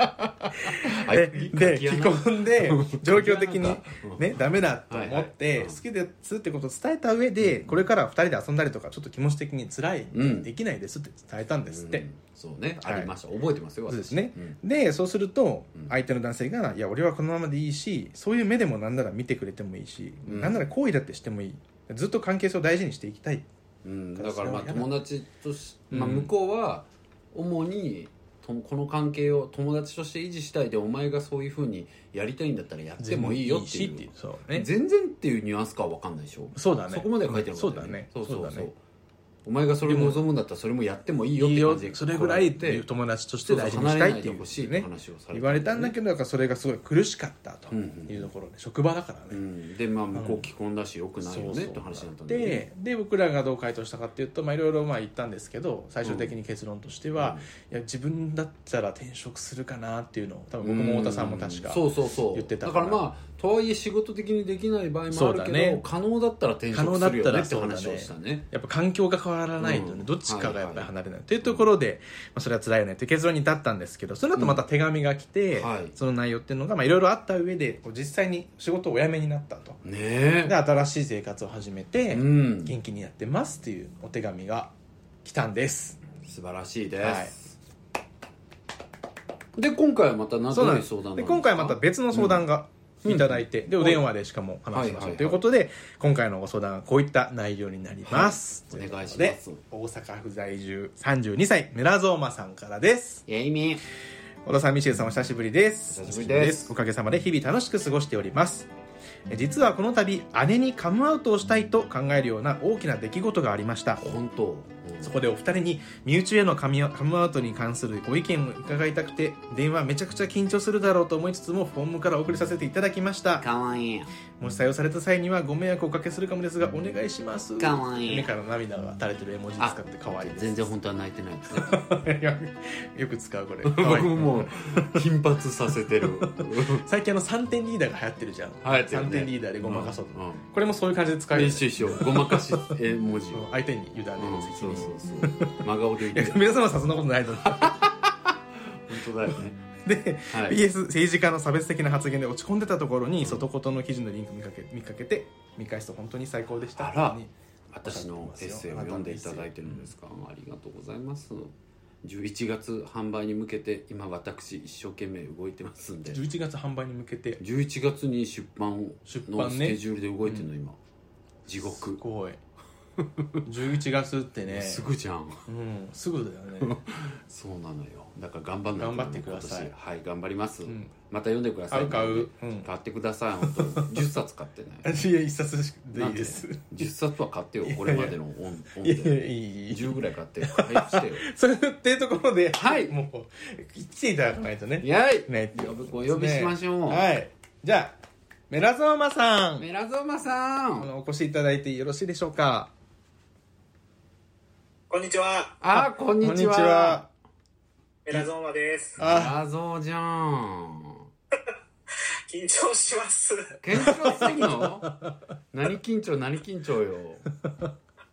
Speaker 2: 合鍵
Speaker 1: でで
Speaker 2: や
Speaker 1: 既
Speaker 2: な
Speaker 1: 婚で状況的
Speaker 2: う
Speaker 1: に
Speaker 2: ん
Speaker 1: ねダメだと思って、
Speaker 2: はいはいうん
Speaker 1: 好きですってことを伝えた上で、これからは2人で遊んだりとかちょっと気持ち的に辛い、
Speaker 2: うん
Speaker 1: できないですって伝えたんですって、
Speaker 2: うんそうね
Speaker 1: はい
Speaker 2: ありました覚えてますよ
Speaker 1: そう
Speaker 2: 私
Speaker 1: ですね
Speaker 2: うん
Speaker 1: でそうすると
Speaker 2: うん
Speaker 1: 相手の男性が「いや俺はこのままでいいしそういう目でもなんなら見てくれてもいいし、
Speaker 2: うん
Speaker 1: なんなら好意だってしてもいいずっと関係性を大事にしていきたい
Speaker 2: うんだからまあ
Speaker 1: それは嫌だ
Speaker 2: 友達とし、まあ、
Speaker 1: うん
Speaker 2: 向こうは主にとこの関係を友達として維持したいでお前がそういうふうにやりたいんだったらやってもいいよっていう
Speaker 1: しそうね
Speaker 2: 全然っていうニュアンスかは分かんないでしょ
Speaker 1: そうだね
Speaker 2: そこまでは書いてなか
Speaker 1: そ
Speaker 2: っ
Speaker 1: う
Speaker 2: た
Speaker 1: だ
Speaker 2: よ
Speaker 1: ね
Speaker 2: そうそうそう
Speaker 1: だね
Speaker 2: お前がそれを望むんだったらそれもやってもいいよって感じで
Speaker 1: それぐらいっ
Speaker 2: 来
Speaker 1: て
Speaker 2: られ
Speaker 1: いう友達とし
Speaker 2: そ
Speaker 1: て
Speaker 2: うそう
Speaker 1: 大事にしたいっ
Speaker 2: 離れなで
Speaker 1: ていう
Speaker 2: ほしいって
Speaker 1: ね
Speaker 2: 話をされ
Speaker 1: 言われたんだ
Speaker 2: け
Speaker 1: けどだからそれがすごい苦しかったというところで、職場だからね、
Speaker 2: うん、でまあ向こう既婚だしよくないよね
Speaker 1: そうそう
Speaker 2: って話になったんだよね
Speaker 1: でで僕らがどう回答したかっていうとまあいろいろまあ言ったんですけど最終的に結論としては、いや自分だったら転職するかなっていうのを多分僕も太田さんも確
Speaker 2: う
Speaker 1: か
Speaker 2: そうそうそう
Speaker 1: 言ってた
Speaker 2: だ
Speaker 1: か
Speaker 2: かららまあとはいえ仕事的にできない場合もあ
Speaker 1: そう
Speaker 2: る
Speaker 1: だ
Speaker 2: けど、
Speaker 1: ね
Speaker 2: 可能だったら転職
Speaker 1: 可能だ
Speaker 2: す
Speaker 1: っ
Speaker 2: る
Speaker 1: た
Speaker 2: よね
Speaker 1: ら
Speaker 2: って
Speaker 1: そうだね
Speaker 2: 話をしたね
Speaker 1: やっぱ環境が変わらないとね、
Speaker 2: うん
Speaker 1: どっちかがや
Speaker 2: はいはい
Speaker 1: っぱり離れない、というところで、まあ、それは辛いよねって結論に至ったんですけどその後また手紙が来て、
Speaker 2: うんはい
Speaker 1: その内容っていうのがまあいろいろあった上でこう実際に仕事をお辞めになったと
Speaker 2: ね
Speaker 1: で新しい生活を始め
Speaker 2: え
Speaker 1: て、
Speaker 2: うん
Speaker 1: 元気にやってますっていうお手紙が来たんです
Speaker 2: 素晴らしいです、で今回はまた何
Speaker 1: そ
Speaker 2: と
Speaker 1: うなん
Speaker 2: いう
Speaker 1: です
Speaker 2: 相談なん
Speaker 1: で
Speaker 2: ですか
Speaker 1: 今回また別の相談が
Speaker 2: うん
Speaker 1: いただいて、で
Speaker 2: うん
Speaker 1: お電話でしかも話しま
Speaker 2: はいはい
Speaker 1: しょ
Speaker 2: は
Speaker 1: う
Speaker 2: い
Speaker 1: ということで、今回のご相談はこういった内容になります、
Speaker 2: はい
Speaker 1: とうこと
Speaker 2: お願
Speaker 1: で
Speaker 2: いします
Speaker 1: 大阪府在住32歳メラゾーマさんからです
Speaker 2: いや意味
Speaker 1: 小田さんミシェルさんお久しぶりです
Speaker 2: お久しぶりです
Speaker 1: おかげさまで日々楽しく過ごしておりますえ実はこの度姉にカムアウトをしたいと考えるような大きな出来事がありました
Speaker 2: 本当
Speaker 1: そこでお二人に身内へのカミカムアウトに関するご意見を伺いたくて電話めちゃくちゃ緊張するだろうと思いつつもフォームからお送りさせていただきました
Speaker 2: かわいい
Speaker 1: もし採用された際にはご迷惑をおかけするかもですがお願いします
Speaker 2: かわいい
Speaker 1: 目から涙が垂れてる絵文字使って可愛いです
Speaker 2: 全然本当は泣いてないですね
Speaker 1: いや よく使 うこれ
Speaker 2: 僕
Speaker 1: 可愛い
Speaker 2: ももう頻発させてる
Speaker 1: 最近あの3点リーダーが流行ってるじゃん
Speaker 2: 流行ってるね
Speaker 1: 3点リーダーでごまかそうと、
Speaker 2: んん
Speaker 1: これもそういう感じで使える、
Speaker 2: 練習しようごまかし絵文字
Speaker 1: そう相手に委ねる責
Speaker 2: そう
Speaker 1: 任
Speaker 2: そうそう真顔で言って
Speaker 1: い や皆様さそんなことないと思
Speaker 2: 本当だよね
Speaker 1: うで
Speaker 2: はい
Speaker 1: BS 政治家の差別的な発言で落ち込んでたところに外言の記事のリンク見かけ見かけて見返すと本当に最高でした
Speaker 2: あら
Speaker 1: に
Speaker 2: 私のエッセイを読んでいただいてるんですかありがとうございます11月販売に向けて今私一生懸命動いてますんで
Speaker 1: 11月販売に向けて
Speaker 2: 11月に出版
Speaker 1: 出版
Speaker 2: の
Speaker 1: ね
Speaker 2: スケジュールで動いてるの今地
Speaker 1: す
Speaker 2: 獄
Speaker 1: ごい 11月ってね
Speaker 2: すぐじゃん
Speaker 1: うん、すぐだよね
Speaker 2: そうなのよだから頑張んないと
Speaker 1: 頑張ってください
Speaker 2: 今年はい頑張ります
Speaker 1: ん
Speaker 2: また読んでください
Speaker 1: 買う買ううん
Speaker 2: 買ってください本当に10冊買ってね
Speaker 1: いや一冊しかでいいです
Speaker 2: 10冊は買ってよこれまでのオンオン
Speaker 1: いやいや
Speaker 2: で
Speaker 1: いい
Speaker 2: 10ぐらい買って配布してよ
Speaker 1: それっていうところでは
Speaker 2: はい
Speaker 1: もう来ていただかないとね
Speaker 2: やい
Speaker 1: ね
Speaker 2: 呼ぶお呼びしましょう、
Speaker 1: はいじゃあメラゾーマさん
Speaker 2: メラゾーマさ
Speaker 1: あ
Speaker 2: ん
Speaker 1: のお越しいただいてよろしいでしょうか
Speaker 3: こんにちは、
Speaker 2: あこんにちは
Speaker 3: メラゾーマです。
Speaker 2: メラゾーじゃん
Speaker 3: 緊張します。
Speaker 2: 緊張してん の何緊張何緊張よ、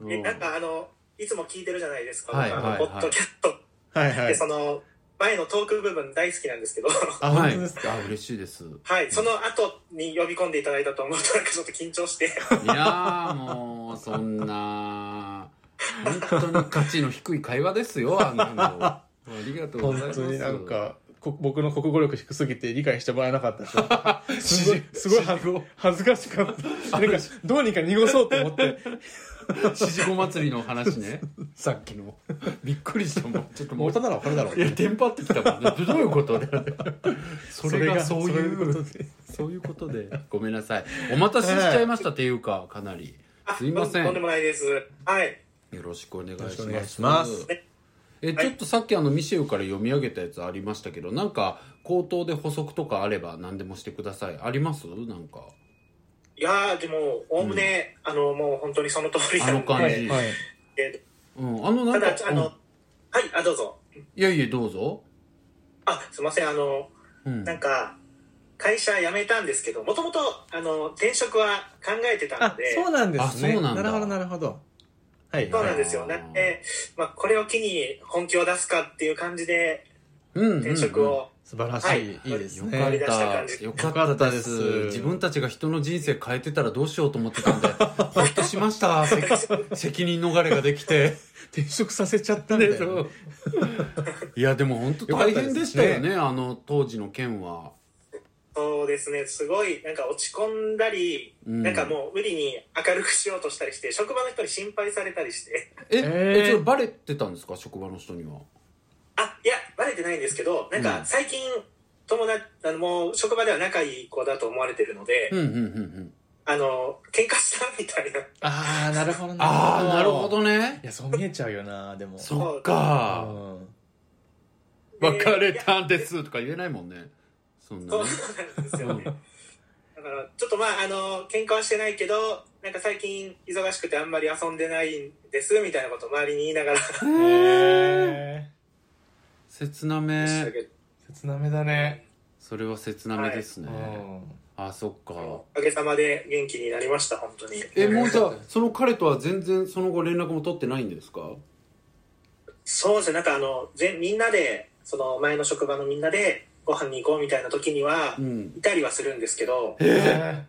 Speaker 2: うん
Speaker 3: え、なんかあの、いつも聞いてるじゃないですか、
Speaker 2: はいはいはい
Speaker 3: あのポッドキャスト。
Speaker 1: はいは
Speaker 3: で、
Speaker 1: い
Speaker 3: その、前のトーク部分大好きなんですけど、
Speaker 1: あ
Speaker 2: は
Speaker 1: 本
Speaker 2: い
Speaker 1: 当ですか、
Speaker 2: あ嬉しいです
Speaker 3: はい、 その後に呼び込んでいただいたと思うと、なんかちょっと緊張して、
Speaker 2: いやーもうそんな本当に価値の低い会話ですよあんなのありがとうございま
Speaker 1: 本
Speaker 2: す
Speaker 1: 当になんかこ僕の国語力低すぎて理解してもらえなかったですすごいすごい恥ず恥ずかしかったなんかどうにか濁そうと思って
Speaker 2: 獅子子祭りの話ねさっきのびっくりしたもんちょっと
Speaker 1: もう
Speaker 2: もう
Speaker 1: 大人ならわかるだろう
Speaker 2: いやテンパってきたもん ねどういうことでそれがそうい
Speaker 1: それが
Speaker 2: う
Speaker 1: そういうこ
Speaker 2: そういうことでごめんなさいお待たせしちゃいましたっていうかかなりすいません
Speaker 3: とんで
Speaker 2: よ
Speaker 3: もないです。はい。
Speaker 2: ろしくお願いし
Speaker 1: よろしくお願
Speaker 2: ま
Speaker 1: い
Speaker 2: す
Speaker 1: します
Speaker 2: えちょっとさっきあのミシェウから読み上げたやつありましたけどなんか口頭で補足とかあれば何でもしてくださいありますなんか
Speaker 3: いやー、でも、おおむね、あの、もう本当にその通り
Speaker 2: あの感
Speaker 1: は
Speaker 2: じ
Speaker 1: いはい
Speaker 3: で、
Speaker 2: うん、あのな
Speaker 3: た
Speaker 2: んか
Speaker 3: だ、あの、
Speaker 2: うん
Speaker 3: はい、あ、どうぞ。
Speaker 2: いやいやどうぞ、
Speaker 3: あ、すいません、あの、
Speaker 2: うん、
Speaker 3: なんか、会社辞めたんですけど、もともと、あの、転職は考えてたの
Speaker 1: あ
Speaker 3: で、
Speaker 1: そうなんです
Speaker 2: あ
Speaker 1: ね
Speaker 2: そうなんだ
Speaker 1: なるほどなるほどはい
Speaker 3: そう
Speaker 1: は
Speaker 3: ないんですよ。
Speaker 2: あー
Speaker 3: なんで、まあ、これを機に本気を出すかっていう感じで、
Speaker 2: うんうんうん
Speaker 3: 転職を、
Speaker 1: 素晴らしい、
Speaker 3: はい
Speaker 1: い、いです
Speaker 2: よかっ
Speaker 1: ね
Speaker 2: た。よか
Speaker 1: か
Speaker 2: っ
Speaker 1: ったた
Speaker 2: で
Speaker 1: ですす。
Speaker 2: 自分たちが人の人生変えてたらどうしようと思ってたんで、 ほっとしました。せ責任逃れができて。
Speaker 1: 転職させちゃったんだよね、
Speaker 2: いや、でも本当大変でしたよね、あの当時の件は。
Speaker 3: そうですね、すごい、なんか落ち込んだり、
Speaker 2: うん
Speaker 3: なんかもう無理に明るくしようとしたりして、職場の人に心配されたりして、
Speaker 2: え、
Speaker 1: えー
Speaker 2: え、それバレてたんですか職場の人には。
Speaker 3: あ、いや、バレてないんですけど、なん
Speaker 2: うん
Speaker 3: か最近、友達、あの、もう職場では仲いい子だと思われてるので、
Speaker 2: うんうんうんうん。
Speaker 3: あの、喧嘩したみたいな。
Speaker 1: ああなるほどな
Speaker 2: ああ、なるほどね。
Speaker 1: いやそう見えちゃうよなでも
Speaker 2: そっ
Speaker 1: う
Speaker 2: か。
Speaker 1: ん
Speaker 2: 別れたんですとか言えないもんね。そんな
Speaker 3: そう
Speaker 2: ね。
Speaker 3: なんですよね。だから、ちょっとまあ、あの、喧嘩はしてないけど、なんか最近忙しくてあんまり遊んでないんです、みたいなことを周りに言いながら で
Speaker 1: へえ
Speaker 2: 切な
Speaker 3: した
Speaker 2: め。
Speaker 3: けど、
Speaker 1: 切なめだね
Speaker 2: それは切なめです
Speaker 1: う
Speaker 2: ね。
Speaker 1: ん
Speaker 2: あ、そっか。
Speaker 3: おかげさまで元気になりました、本当に。
Speaker 2: えもうじゃあその彼とは全然その後連絡も取ってないんですか
Speaker 3: そうですね、なんかあの、全みんなで、その前の職場のみんなでご飯に行こうみたいな時には、
Speaker 2: ん
Speaker 3: いたりはするんですけど、
Speaker 1: え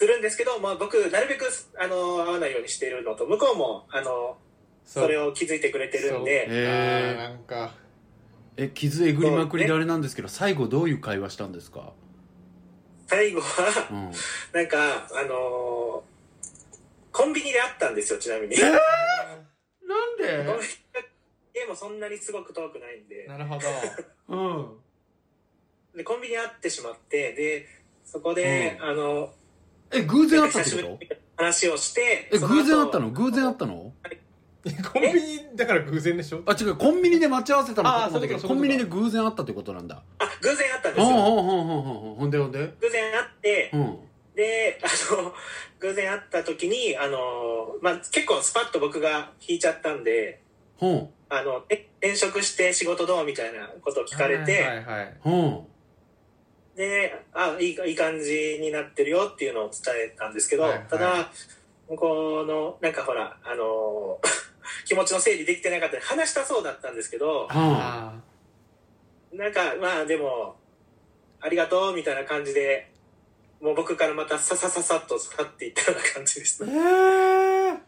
Speaker 3: するんですけど、まあ僕、なるべく、あの、会わないようにしているのと、向こうも、あの、それ
Speaker 1: を
Speaker 3: を気づいてくれてるん
Speaker 2: そう
Speaker 3: で、
Speaker 2: へー
Speaker 1: なんか
Speaker 2: え傷えぐりまくりであれなんですけど最後どういう会話したんですか
Speaker 3: 最後は、
Speaker 2: うん
Speaker 3: なんか、あのーコンビニで会ったんですよ、ちなみに。コン
Speaker 2: なんで
Speaker 3: ビニでもそんなにすごく遠くないんで
Speaker 1: なるほど
Speaker 2: うん
Speaker 3: で、コンビニで会ってしまって、で、そこで、
Speaker 2: う
Speaker 3: あの、
Speaker 2: え偶然会ったって
Speaker 3: 久しぶり
Speaker 2: こ
Speaker 3: に話をして、
Speaker 2: とえ
Speaker 3: そ後
Speaker 2: 偶然会ったの偶然会ったの
Speaker 1: コンビニだから偶然でしょ
Speaker 2: あ違うコンビニで待ち合わせたの
Speaker 1: あ
Speaker 2: か
Speaker 1: ー
Speaker 2: と思ったけど
Speaker 1: そういうこと
Speaker 2: コンビニで偶然会ったってことなんだ
Speaker 3: あ、偶然会ったん
Speaker 2: う
Speaker 3: で
Speaker 2: ん
Speaker 3: す
Speaker 2: うんうん
Speaker 3: よ。
Speaker 2: うんうんうんほんでほんで
Speaker 3: 偶然会って
Speaker 2: う、ん
Speaker 3: で、あの、偶然会った時に、あの、まあ、結構スパッと僕が引いちゃったんで、
Speaker 2: うん
Speaker 3: あの、え、転職して仕事どうみたいなことを聞かれて、
Speaker 1: はいはいはい
Speaker 2: うん
Speaker 3: で、あ、いい、いい感じになってるよっていうのを伝えたんですけど、
Speaker 1: はいはい
Speaker 3: ただ、向こうの、なんかほら、あのー 気持ちの整理できてなかったんで話したそうだったんですけど、
Speaker 1: あ
Speaker 3: なんか、まあでも、ありがとうみたいな感じで、もう僕からまたささささっと去っていったような感じで す
Speaker 2: え。ー、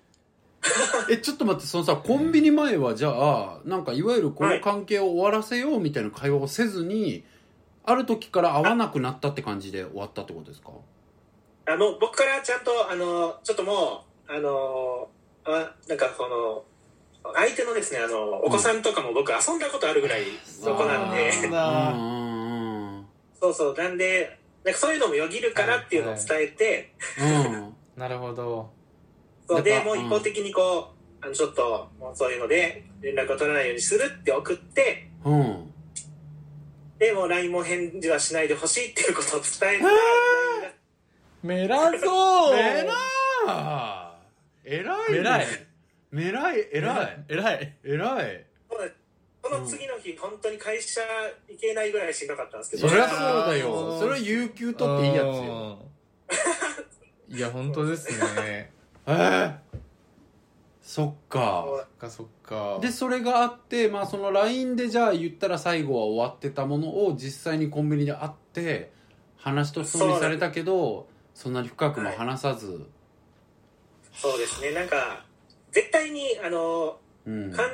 Speaker 2: えちょっと待ってそのさコンビニ前はじゃあなんかいわゆるこの関係を終わらせようみたいな会話をせずにある時から会わなくなったって感じで終わったってことですか
Speaker 3: あの、僕からちゃんと、あの、ちょっともう、あの、あなんかこの、相手のですね、あの、お子さんとかも僕遊んだことあるぐらい、そこなんで、
Speaker 1: そ
Speaker 2: あ
Speaker 1: うなんだ
Speaker 2: ーうんうん
Speaker 3: そうそう、なんで、なんかそういうのもよぎるからっていうのを伝えて、
Speaker 2: うんうん
Speaker 1: あなるほど
Speaker 3: そう
Speaker 2: や
Speaker 3: で、
Speaker 2: っぱ
Speaker 3: もう一方的にこう、あの、ちょっと、もうそういうので、連絡を取らないようにするって送って、
Speaker 2: うん
Speaker 3: で、もう LINE も返事はしないでほしいっていうことを伝えて、
Speaker 1: メラそう
Speaker 2: えらい偉いね偉
Speaker 1: 偉い
Speaker 2: い偉い
Speaker 1: 偉い
Speaker 2: 偉い
Speaker 3: そうだその次の日、本当に会社行けないぐらいしんどかったんですけ
Speaker 2: そ
Speaker 3: ど、
Speaker 2: りゃそうだよ
Speaker 1: うん
Speaker 2: それは有給取っていいやつよ
Speaker 1: うんいや本当ですね
Speaker 2: えー、そっか
Speaker 3: そう
Speaker 1: そっかそっか
Speaker 2: でそれがあって、まあ、その LINE でじゃあ言ったら最後は終わってたものを実際にコンビニで会って話とそうにされたけどそんなに深くも話さず、
Speaker 3: そうですね、なんか、絶対に、あの、
Speaker 2: うん
Speaker 3: 感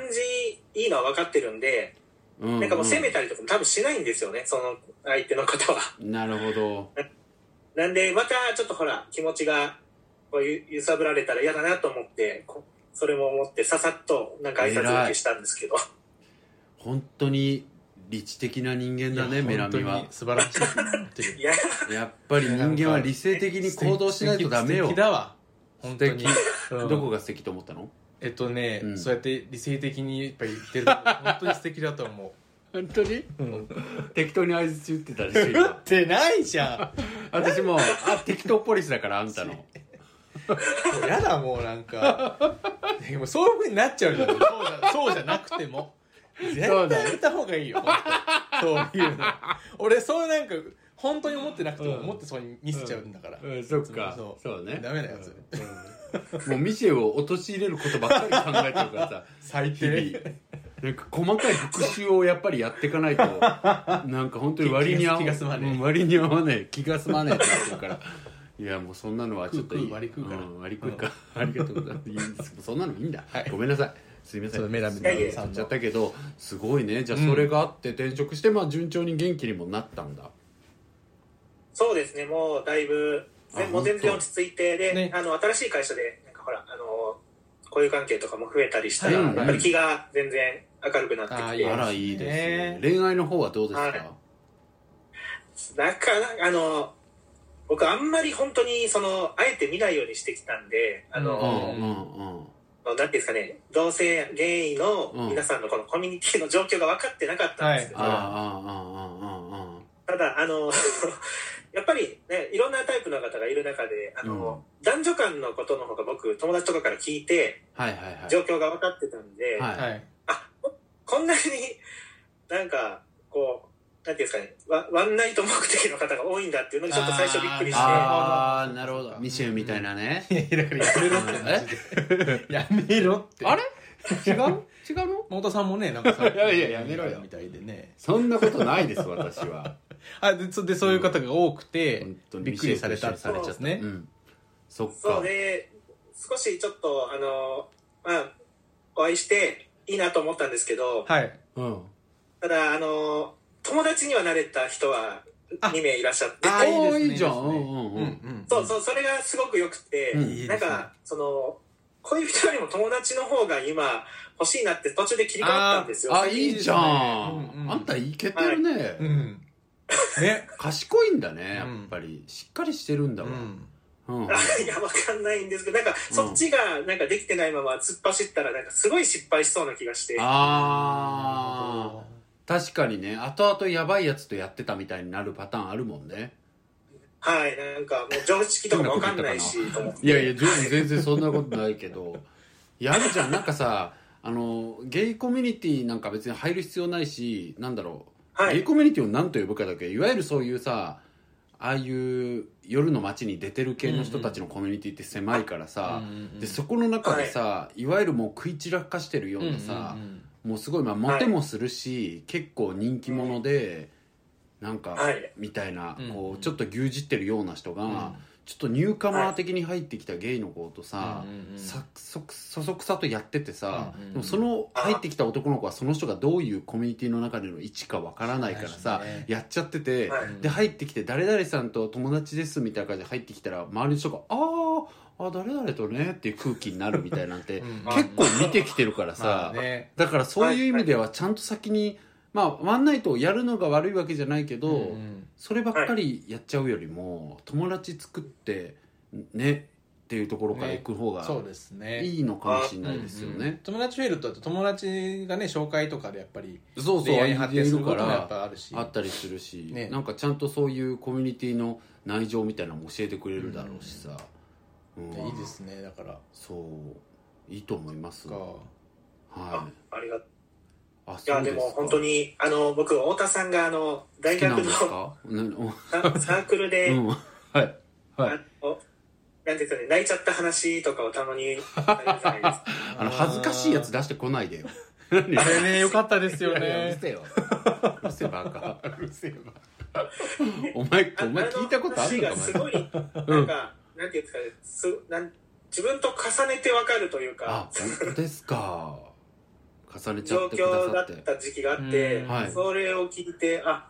Speaker 3: じいいのは分かってるんで、
Speaker 2: うん
Speaker 3: なんかもう責めたりとかも多分しないんですよね、その相手の方は。
Speaker 2: なるほど
Speaker 3: なんで、またちょっとほら、気持ちがこうゆ揺さぶられたら嫌だなと思って、こそれも思って、ささっとなんか挨拶受けしたんですけど、
Speaker 2: 本当に理知的な人間だねメラミ
Speaker 1: 本当
Speaker 2: は
Speaker 1: に素晴らしい
Speaker 3: いや、
Speaker 2: やっぱり人間は理性的に行動しないとダメよ
Speaker 1: 素敵だわ本当に
Speaker 2: 素
Speaker 1: うん
Speaker 2: どこが素敵と思ったの
Speaker 1: えっとね、
Speaker 2: うん
Speaker 1: そうやって理性的にやっぱ言ってるのが本当に素敵だと思
Speaker 2: 本当に
Speaker 1: うん
Speaker 2: 適当に相槌打ってたでしょ
Speaker 1: 打っ
Speaker 2: 今
Speaker 1: てないじゃ
Speaker 2: 私もうあ適当ポリスだからあんたの
Speaker 1: ん やだもうなんかでもそういうふうになっちゃうじゃんそうじゃそうじゃなくても絶対
Speaker 2: そうだね
Speaker 1: やった方がいいよ本当そういうの俺そうなんか本当に思ってなくても
Speaker 2: うん
Speaker 1: 思ってそうにミスっちゃうんだから、
Speaker 2: うん、そっか
Speaker 1: そ
Speaker 2: そううね
Speaker 1: ダメなやつ
Speaker 2: うんうんもうミシェを陥れることばっかり考えてるから さ
Speaker 1: 最
Speaker 2: 日
Speaker 1: 低
Speaker 2: 々なんか細かい復習をやっぱりやっていかないとなんか本当に割に合わ
Speaker 1: 気が済まねえ
Speaker 2: うん割に合わねえ気が済まねえってなってるからいやもうそんなのはちょっといい
Speaker 1: 食う食う割り食うから
Speaker 2: ん割り食うかありがとうございますいいんですそんなのいいんだ、
Speaker 1: はい
Speaker 2: ごめんなさいすいませ
Speaker 1: そうんメラメ
Speaker 2: メラメ
Speaker 3: ラ
Speaker 2: さんちゃったけどすごいねじゃあそれがあって転職して、まあ順調に元気にもなったんだ
Speaker 3: そうですね、もうだいぶ、
Speaker 2: あ
Speaker 3: ね、もう全然落ち着いて、で、
Speaker 1: ね
Speaker 3: あの、新しい会社で、なんかほら、あの、交友関係とかも増えたりしたら、
Speaker 2: うん
Speaker 3: やっぱり気が全然明るくなって
Speaker 1: あい
Speaker 3: き
Speaker 1: い
Speaker 3: て
Speaker 1: ね
Speaker 2: あ、らいいですね恋愛の方はどうですか、
Speaker 3: はいなかなか、あの、僕あんまり本当に、その、あえて見ないようにしてきたんで、あ
Speaker 2: う
Speaker 3: の、
Speaker 2: んうんうん
Speaker 3: なんていうんですかね、同性ゲイの皆さんのこのコミュニティの状況が分かってなかったんですけど、
Speaker 2: ああああああああ
Speaker 3: ただ、あの、 やっぱりね、いろんなタイプの方がいる中で、あの、男女間のことの方が僕、友達とかから聞いて、
Speaker 2: はいはいはい。
Speaker 3: 状況が分かってたんで、
Speaker 2: はい
Speaker 1: はい
Speaker 3: こんなになんか、こう、なんていうんですかね、ワワンナイト目的の方が多いんだっていうのにちょっと最初びっくりして、
Speaker 1: あ
Speaker 2: ああ、なるほど。ミシェルみたいなね。
Speaker 1: いやだからやめろってマジでやめろって
Speaker 2: あれ違う違うの
Speaker 1: 太田さんもねなんかさ
Speaker 2: いやいややめろよ
Speaker 1: みたいでね
Speaker 2: そんなことないです、私は。
Speaker 1: あでそでそういう方が多くて、
Speaker 2: 本当に
Speaker 1: びっくりされた
Speaker 2: ミシェルと一緒にされ
Speaker 3: ちゃっ
Speaker 1: ね
Speaker 3: た
Speaker 2: うん。そっ
Speaker 3: そ
Speaker 2: か
Speaker 3: う。で、少しちょっと、あの、まあ、お会いしていいなと思ったんですけど、
Speaker 1: はい
Speaker 2: うん。
Speaker 3: ただ、あの、友達にはなれた人は
Speaker 1: あ
Speaker 3: 2名いらっしゃって、
Speaker 2: あ
Speaker 1: ですね
Speaker 2: いいじゃん
Speaker 1: ですね
Speaker 2: うんうんうん
Speaker 3: そうそう、それがすごく良くて、
Speaker 2: うん
Speaker 1: いいですね
Speaker 3: なんか、その、こういう人よりも友達の方が今欲しいなって途中で切り替わったんですよ。
Speaker 2: あ、いいじゃん。
Speaker 1: うんうん
Speaker 2: あんたいけてるね。
Speaker 1: うんうんね
Speaker 2: 賢いんだね、
Speaker 1: う
Speaker 2: や
Speaker 1: ん
Speaker 2: っぱり。しっかりしてるんだ
Speaker 1: う
Speaker 2: わ。
Speaker 1: ん
Speaker 2: うん。
Speaker 3: あいや、わかんないんですけど、なんか、
Speaker 2: うん
Speaker 3: そっちが、なんかできてないまま突っ走ったら、なんかすごい失敗しそうな気がして。
Speaker 2: ああ。確かにね、後々やばいやつとやってたみたいになるパターンあるもんね。
Speaker 3: はい、なんか、もう常識とかもわかんないし、と思って。
Speaker 2: いやいや、全全然そんなことないけど。やるじゃん、なんかさ、あの、ゲイコミュニティなんか別に入る必要ないし、なんだろう、
Speaker 3: は
Speaker 2: ゲイ
Speaker 3: い。
Speaker 2: コミュニティを何と呼ぶかだけ、いわゆるそういうさ、ああいう夜の街に出てる系の人たちのコミュニティって狭いからさ、で、そこの中でさ、い、わゆるもう食い散らかしてるようなさ、もうすごい、まあ、モテもするし、結構人気者で、なんか、
Speaker 3: はい
Speaker 2: みたいな、
Speaker 1: うん
Speaker 2: こう、ちょっと牛耳ってるような人が、
Speaker 1: うん
Speaker 2: ちょっとニューカマー的に入ってきたゲイの子とさ、さそそそくさとやっててさ、
Speaker 1: うんうんうん
Speaker 2: でもその入ってきた男の子はその人がどういうコミュニティの中での位置かわからないからさ、
Speaker 1: そうですね
Speaker 2: やっちゃってて、
Speaker 3: はい
Speaker 1: うん
Speaker 2: で入ってきて「誰々さんと友達です」みたいな感じで入ってきたら周りの人が「あーあ誰々とね」っていう空気になるみたいなんて、
Speaker 1: うん
Speaker 2: 結構見てきてるからさ、
Speaker 1: まあね
Speaker 2: だからそういう意味ではちゃんと先に、まあワンナイトをやるのが悪いわけじゃないけど、
Speaker 1: ん
Speaker 2: そればっかりやっちゃうよりも、友達作ってねっていうところから行く方が
Speaker 1: そうですね
Speaker 2: いいのかもしれないですよ
Speaker 1: うんうん
Speaker 2: ね。
Speaker 1: 友達フェルトだと友達がね紹介とかでやっぱり
Speaker 2: そうそう、
Speaker 1: 出会いに発展するこ
Speaker 2: か
Speaker 1: ともやっ
Speaker 2: ら
Speaker 1: ぱあるし
Speaker 2: あったりするし、
Speaker 1: ね
Speaker 2: なんかちゃんとそういうコミュニティの内情みたいなのも教えてくれるだろうしさ、うん
Speaker 1: いいですねだから
Speaker 2: そういいと思います
Speaker 1: か
Speaker 2: はい
Speaker 3: あありがとう。
Speaker 2: あ
Speaker 3: いや、でも本当に、あの、僕、太田さんが、あの、
Speaker 2: 好
Speaker 3: 大
Speaker 2: きな
Speaker 3: 学
Speaker 2: んです
Speaker 3: の
Speaker 2: かうんうん
Speaker 3: ササークルで、
Speaker 2: うんはいはい
Speaker 3: あの、なんていうんですかね、泣いちゃった話とかをたまにあるじゃないですか。
Speaker 2: あの恥ずかしいやつ出してこないでよ
Speaker 1: あれね良かったですよ
Speaker 2: いやいやうる
Speaker 1: ね
Speaker 2: せえようるせえバカうるせえバカお前 お前聞いたことあるの
Speaker 3: あ
Speaker 2: か
Speaker 3: の話がす
Speaker 2: お前
Speaker 3: ごい、なんか、なんていうんですかね、すなん自分と重ねてわかるという
Speaker 2: あ
Speaker 3: か、
Speaker 2: 本当ですか重ねちゃ
Speaker 3: 状
Speaker 2: ってくだ
Speaker 3: 況
Speaker 2: さ
Speaker 3: だ
Speaker 2: っ
Speaker 3: ってた時期があって、
Speaker 1: うん
Speaker 2: はい
Speaker 3: それを聞いて、あ、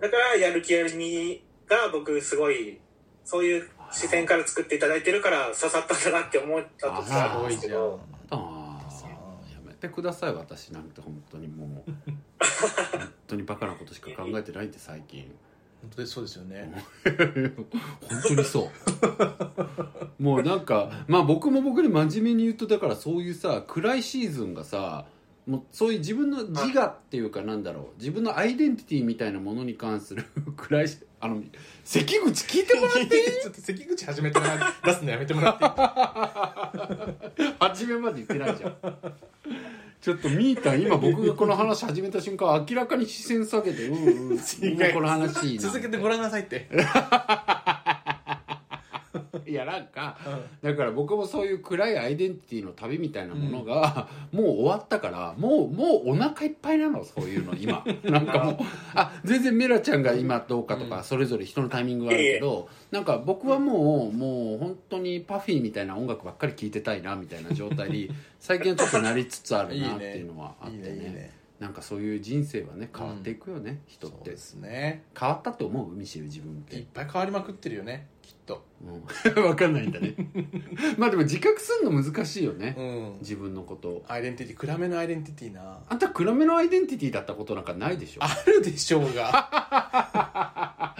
Speaker 3: だからやる気やりみが僕すごい、そういう視線から作っていただいてるから刺さったんだなって思ったと
Speaker 2: あ
Speaker 3: き
Speaker 1: す
Speaker 2: ら
Speaker 3: あるん
Speaker 1: ご
Speaker 3: で
Speaker 1: い
Speaker 3: すけ
Speaker 1: じゃん
Speaker 3: ど、
Speaker 2: ああやめてください私なんて本当にもう本当にバカなことしか考えてないんで最近
Speaker 1: 本当にそうですよね
Speaker 2: 本当にそうもうなんかまあ僕も僕に真面目に言うとだからそういうさ暗いシーズンがさもうそういう自分の自我っていうかなんだろう自分のアイデンティティみたいなものに関する暗いあの関口聞いてもらっていい
Speaker 1: ちょっと関口始めてもら出すのやめてもらっていい
Speaker 2: 初めまで言ってないじゃんちょっとミータン今僕がこの話始めた瞬間明らかに視線下げてうんうん 今この話いいな
Speaker 1: 続けてごらんなさいって
Speaker 2: いやなんかだから僕もそういう暗いアイデンティティの旅みたいなものが、もう終わったからもうもうお腹いっぱいなのそういう の今なんかもうあ全然メラちゃんが今どうかとか、
Speaker 1: うん
Speaker 2: それぞれ人のタイミングはあるけど、なんか僕はもうもう本当にパフィーみたいな音楽ばっかり聴いてたいなみたいな状態 に最近はちょっとなりつつあるなっていうのはあっ
Speaker 1: い
Speaker 2: て
Speaker 1: い
Speaker 2: ね
Speaker 1: ねいいね
Speaker 2: なんかそういう人生はね変わっていくよね、人っ
Speaker 1: そう
Speaker 2: て
Speaker 1: ですね
Speaker 2: 変わったと思うミシェル自分っ。
Speaker 1: いってぱい変わりまくってるよねきっと
Speaker 2: うん、 わかんないんだねまあでも自覚するの難しいよね、
Speaker 1: うん
Speaker 2: 自分のこと
Speaker 1: アイデンティティ暗めのアイデンティティな
Speaker 2: あんた暗めのアイデンティティだったことなんかないでしょ
Speaker 1: あるでしょうが
Speaker 2: あ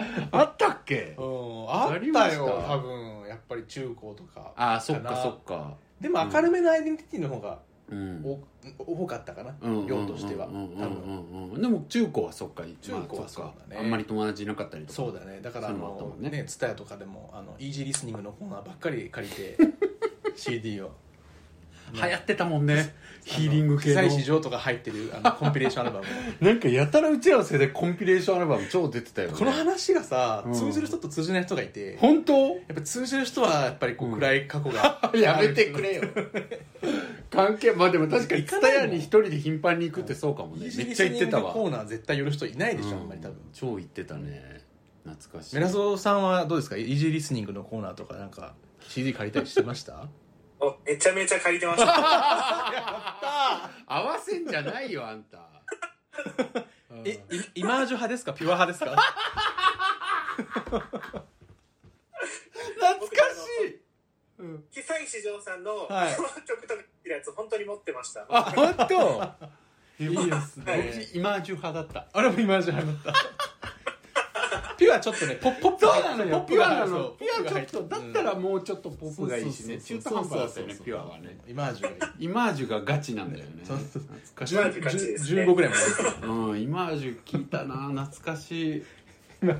Speaker 2: ったっけ
Speaker 1: うんあ
Speaker 2: あ
Speaker 1: っ
Speaker 2: りま
Speaker 1: た
Speaker 2: した
Speaker 1: よ多分やっぱり中高とか
Speaker 2: ああそっ
Speaker 1: か
Speaker 2: か
Speaker 1: な
Speaker 2: そっか
Speaker 1: でも明るめのアイデンティティの方が
Speaker 2: うん
Speaker 1: 多多かったかな
Speaker 2: うん
Speaker 1: 量としては多
Speaker 2: うんうんうん
Speaker 1: 分
Speaker 2: うんうんでも中高はそっか
Speaker 1: 中高は
Speaker 2: まあっか
Speaker 1: そうだね
Speaker 2: あんまり友達いなかったりとか
Speaker 1: そうだねだからあ
Speaker 2: そういうのもあったも
Speaker 1: の
Speaker 2: んね
Speaker 1: ねツタヤとかでもあのイージーリスニングのコーナーばっかり借り て CD を
Speaker 2: 流行ってたもんねヒーリング系
Speaker 1: あ
Speaker 2: の
Speaker 1: の被災市場とか入ってるあのコンピレーションアルバム
Speaker 2: なんかやたらうちらの世代コンピレーションアルバム超出てたよね
Speaker 1: この話がさ
Speaker 2: うん
Speaker 1: 通じる人と通じない人がいて、や
Speaker 2: 本当、
Speaker 1: っぱ通じる人はやっぱりこう暗い過去が
Speaker 2: やめてくれよ関係まあでも確かに
Speaker 1: 行か
Speaker 2: 蔦
Speaker 1: ないもん
Speaker 2: 屋に一人で頻繁に行くってそうかも
Speaker 1: イ
Speaker 2: ね
Speaker 1: ージ
Speaker 2: め
Speaker 1: ー
Speaker 2: っ
Speaker 1: リ
Speaker 2: ちゃ
Speaker 1: ス
Speaker 2: 行っ
Speaker 1: ニ
Speaker 2: て
Speaker 1: ング
Speaker 2: た
Speaker 1: の
Speaker 2: わ
Speaker 1: コーナー絶対寄る人いないでしょ、あんまり多
Speaker 2: う
Speaker 1: 分
Speaker 2: ん超行ってたね懐かしい
Speaker 1: メラゾーさんはどうですかイージーリスニングのコーナーとかなんか CD 借りたりしてました
Speaker 3: おめちゃめちゃ借りてました
Speaker 2: 合わせんじゃないよあんた
Speaker 1: えいイマージュ派ですかピュア派ですか
Speaker 2: 懐かしい
Speaker 3: 被災市場さんの、
Speaker 1: はい
Speaker 3: この曲とかってやつ本当に持ってました
Speaker 2: あ本当。
Speaker 1: いいです
Speaker 2: 僕イマージュ派だった
Speaker 1: あれもイマージュ派だった。ピュアちょっとね、ポッポップ
Speaker 2: そうなのよ
Speaker 1: ポップ
Speaker 2: ピュ
Speaker 1: が
Speaker 2: アな
Speaker 1: そ
Speaker 2: の
Speaker 1: う
Speaker 2: ピュアちょっと
Speaker 1: ポップが
Speaker 2: だ
Speaker 1: 入
Speaker 2: ったらもうちょっとポップがいいし
Speaker 1: う
Speaker 2: ね
Speaker 1: ん
Speaker 2: 中途半端だったよねピュアはね
Speaker 1: イマージュがいい。
Speaker 2: イマージュがガチなんだよね
Speaker 1: そうそう
Speaker 2: 懐かしい
Speaker 3: マージュ勝ちですね
Speaker 1: 15ぐらいま
Speaker 2: うんイマージュ聞いたな懐かし い
Speaker 1: で。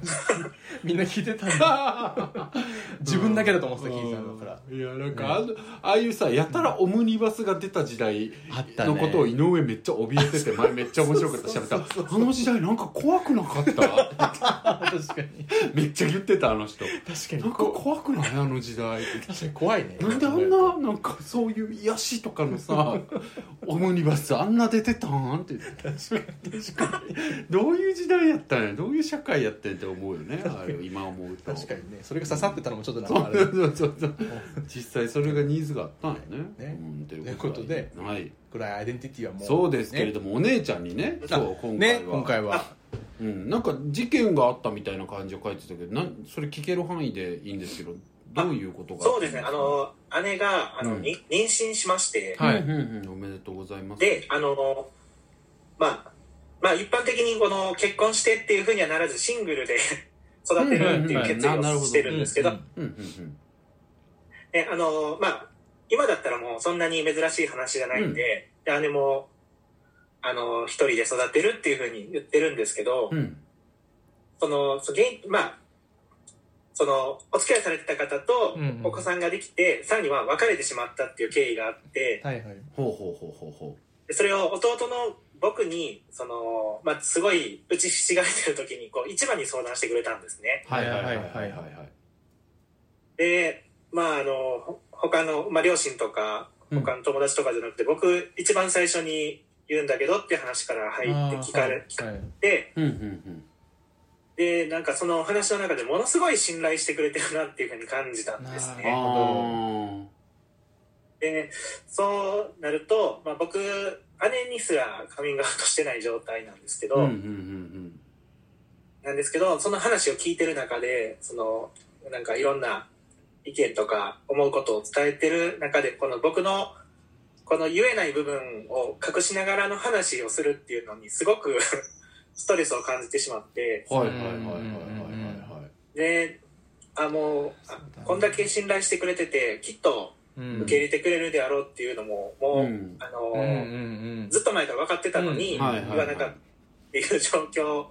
Speaker 1: みんな聞いてたんだ。自分だけだと思ってた、聞いてたんだから。
Speaker 2: うんいやなんかあのああいうさやたらオムニバスが出た時代
Speaker 1: あったね
Speaker 2: のことを井上めっちゃ怯えてて前めっちゃ面白かったしゃべったあの時代なんか怖くなかった
Speaker 1: 確かに。
Speaker 2: めっちゃ言ってたあの人
Speaker 1: 確かに。
Speaker 2: なんか怖くないあ の時代
Speaker 1: 確かに怖いね。
Speaker 2: なんであんななんかそういう癒しとかの さオムニバスあんな出てたんって
Speaker 1: 確かに。確かに。
Speaker 2: どういう時代やったんやどういう社会やってんって思うよねあれを今思うと
Speaker 1: 確かにね。それが刺さってたのもちょっとなん
Speaker 2: そう
Speaker 1: かあれだ。
Speaker 2: そうそうそう実際それがニーズがあったんやね。
Speaker 1: ね
Speaker 2: うん、と
Speaker 1: ということで
Speaker 2: はい、
Speaker 1: くらいアイデンティティはもう。
Speaker 2: そうですけれ
Speaker 1: ど。
Speaker 2: ども、お姉ちゃんにね、そう今回は
Speaker 1: ね、今回は。
Speaker 2: うん、なんか事件があったみたいな感じを書いてたけど、なんそれ聞ける範囲でいいんですけど、どういうことがあった
Speaker 3: そうですねあ、の姉があの、
Speaker 2: うん
Speaker 3: に妊娠しまして、
Speaker 1: はい
Speaker 2: うんうんうんおめでとうございます。
Speaker 3: で、あの、まあ、まあ一般的にこの結婚してっていうふうにはならずシングルで 育てるっていう決意
Speaker 2: うんうんうんなるほ
Speaker 3: を
Speaker 2: ど
Speaker 3: してるんですけど、
Speaker 1: うん
Speaker 2: うんうんうん、
Speaker 3: ね、あの、まあ、今だったらもうそんなに珍しい話じゃないんで、で姉も、あの、一人で育てるっていうふうに言ってるんですけど、
Speaker 2: うん、
Speaker 3: その、そげんまあ、その、お付き合いされてた方と
Speaker 1: うんうん
Speaker 3: お子さんができて、さらには別れてしまったっていう経緯があって、
Speaker 1: はいはい。
Speaker 2: ほうほうほうほうほ
Speaker 3: でそれを弟の僕にその、まあ、すごいうちひしがれてる時にこう一番に相談してくれたんですね
Speaker 2: う。はいはいはいはいはい
Speaker 1: はいはい
Speaker 2: はい。
Speaker 3: でまああのほ他の、まあ、両親とか
Speaker 2: うん
Speaker 3: 他の友達とかじゃなくて、僕一番最初に言うんだけどって話から入って聞かれ、聞かれ
Speaker 1: はい
Speaker 3: て
Speaker 2: うんうん
Speaker 3: でなんかその話の中でものすごい信頼してくれてるなっていうふうに感じたんです
Speaker 2: うん。
Speaker 1: なる
Speaker 3: ね
Speaker 1: ほど。
Speaker 2: あ
Speaker 3: でそうなると、まあ、僕姉にすらカミングアウトしてない状態なんですけ
Speaker 2: あ。
Speaker 3: ど、
Speaker 2: うんうんうん
Speaker 3: なんですけど、その話を聞いてる中で、その、なんかいろんな意見とか思うことを伝えてる中で、この僕の、この言えない部分を隠しながらの話をするっていうのにすごく ストレスを感じてしまって、
Speaker 2: うん。はいはいはいはいはいはいはい。
Speaker 3: で、あ、もう、あこんだけ信頼してくれてて、きっと、
Speaker 1: うん
Speaker 3: 受け入れてくれるであろうっていうのも、もう、
Speaker 2: うん
Speaker 3: あ
Speaker 1: うん
Speaker 3: の
Speaker 1: う
Speaker 3: ー
Speaker 1: ん
Speaker 3: ずっと前から分かってたのに、
Speaker 1: うん
Speaker 3: 言
Speaker 1: はい
Speaker 3: わ
Speaker 1: はいはい
Speaker 3: なかったっていう状況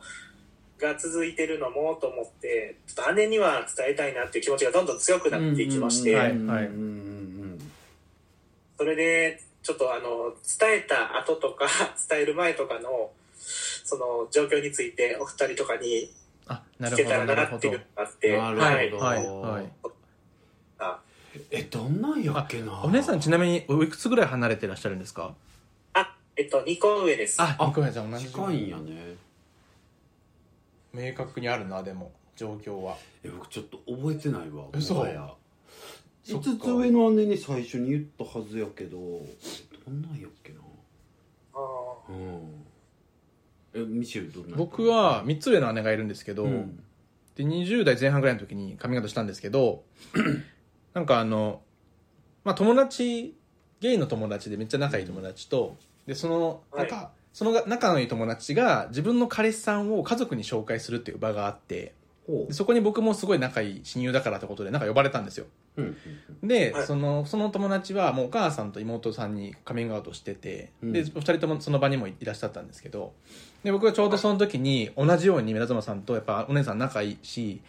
Speaker 3: が続いてるのもと思って、ちょっと姉には伝えたいなっていう気持ちがどんどん強くなっていきまして、
Speaker 1: うんうんうんはい
Speaker 2: うんうん
Speaker 3: それで、ちょっとあの、伝えた後とか、 伝える前とかの、その状況についてお二人とかに
Speaker 1: あな
Speaker 3: 聞
Speaker 1: る
Speaker 3: け
Speaker 1: ほ
Speaker 3: たら
Speaker 1: どな
Speaker 3: な
Speaker 1: る
Speaker 3: っ
Speaker 1: ほ
Speaker 3: ていう
Speaker 1: ど
Speaker 3: のがあって、
Speaker 2: なるほど
Speaker 3: はい。
Speaker 1: はいはい
Speaker 3: あ
Speaker 2: えどんなんやっけな
Speaker 1: お姉さんちなみにおいくつぐらい離れてらっしゃるんですか
Speaker 3: あ、えっと、2個上です。
Speaker 1: あニコヤちゃん同じ
Speaker 2: 近いんやね
Speaker 1: 明確にあるなでも状況は
Speaker 2: え僕ちょっと覚えてないわ
Speaker 1: 嘘
Speaker 2: もはや
Speaker 1: そっか
Speaker 2: 5つ上の姉に最初に言ったはずやけどどんなんやっけな
Speaker 3: あー
Speaker 2: うんえミシェルどんなんやった
Speaker 1: 僕は3つ上の姉がいるんですけど、
Speaker 2: うん
Speaker 1: で20代前半ぐらいの時に髪型したんですけど なんかあのまあ友達ゲイの友達でめっちゃ仲いい友達とでその
Speaker 3: は
Speaker 1: ないんか、その仲のいい友達が自分の彼氏さんを家族に紹介するっていう場があって
Speaker 2: ほ
Speaker 1: でそこに僕もすごい仲いい親友だからってことでなんか呼ばれたんですよ
Speaker 2: ううん
Speaker 1: で、
Speaker 3: はい
Speaker 1: そのその友達はもうお母さんと妹さんにカミングアウトしてて、
Speaker 2: うん
Speaker 1: でお二人ともその場にもいらっしゃったんですけどで僕はちょうどその時に同じようにメラゾマさんとやっぱお姉さん仲いいし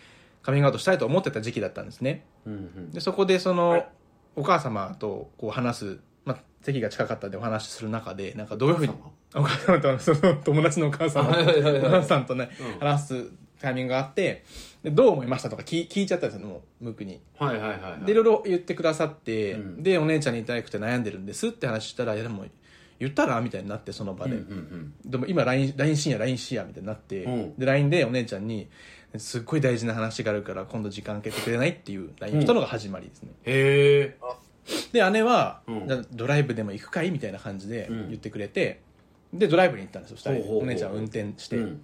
Speaker 1: カミングアウトしたいと思ってた時期だったんですね
Speaker 2: うんうん
Speaker 1: でそこでその、
Speaker 3: はい
Speaker 1: お母様とこう話す、まあ、席が近かったんでお話しする中でなんかどういうふうにお母様とその友達のお母様
Speaker 2: はいはいはいはい
Speaker 1: とお母さんとね
Speaker 2: うん
Speaker 1: 話すタイミングがあってでどう思いましたとか聞い聞いちゃったんですよもうムックに
Speaker 2: はいはいはいはい
Speaker 1: でいろいろ言ってくださって、
Speaker 2: うん
Speaker 1: でお姉ちゃんに痛くて悩んでるんですって話したら「いやでも言ったら?」みたいになってその場
Speaker 2: うん
Speaker 1: で、
Speaker 2: うん
Speaker 1: でも今 LINE LINE 深夜 LINE 深夜みたいになって、
Speaker 2: うん
Speaker 1: で LINE でお姉ちゃんに「すっごい大事な話があるから今度時間空けてくれない?」っていう LINE をしたのが始まりですね、
Speaker 2: へえ
Speaker 1: で姉は、
Speaker 2: うん
Speaker 1: じゃあドライブでも行くかい?」みたいな感じで
Speaker 2: うん
Speaker 1: 言ってくれて、でドライブに行ったんですよ2人で
Speaker 2: ほうほうほう
Speaker 1: お姉ちゃんは運転して、
Speaker 2: うん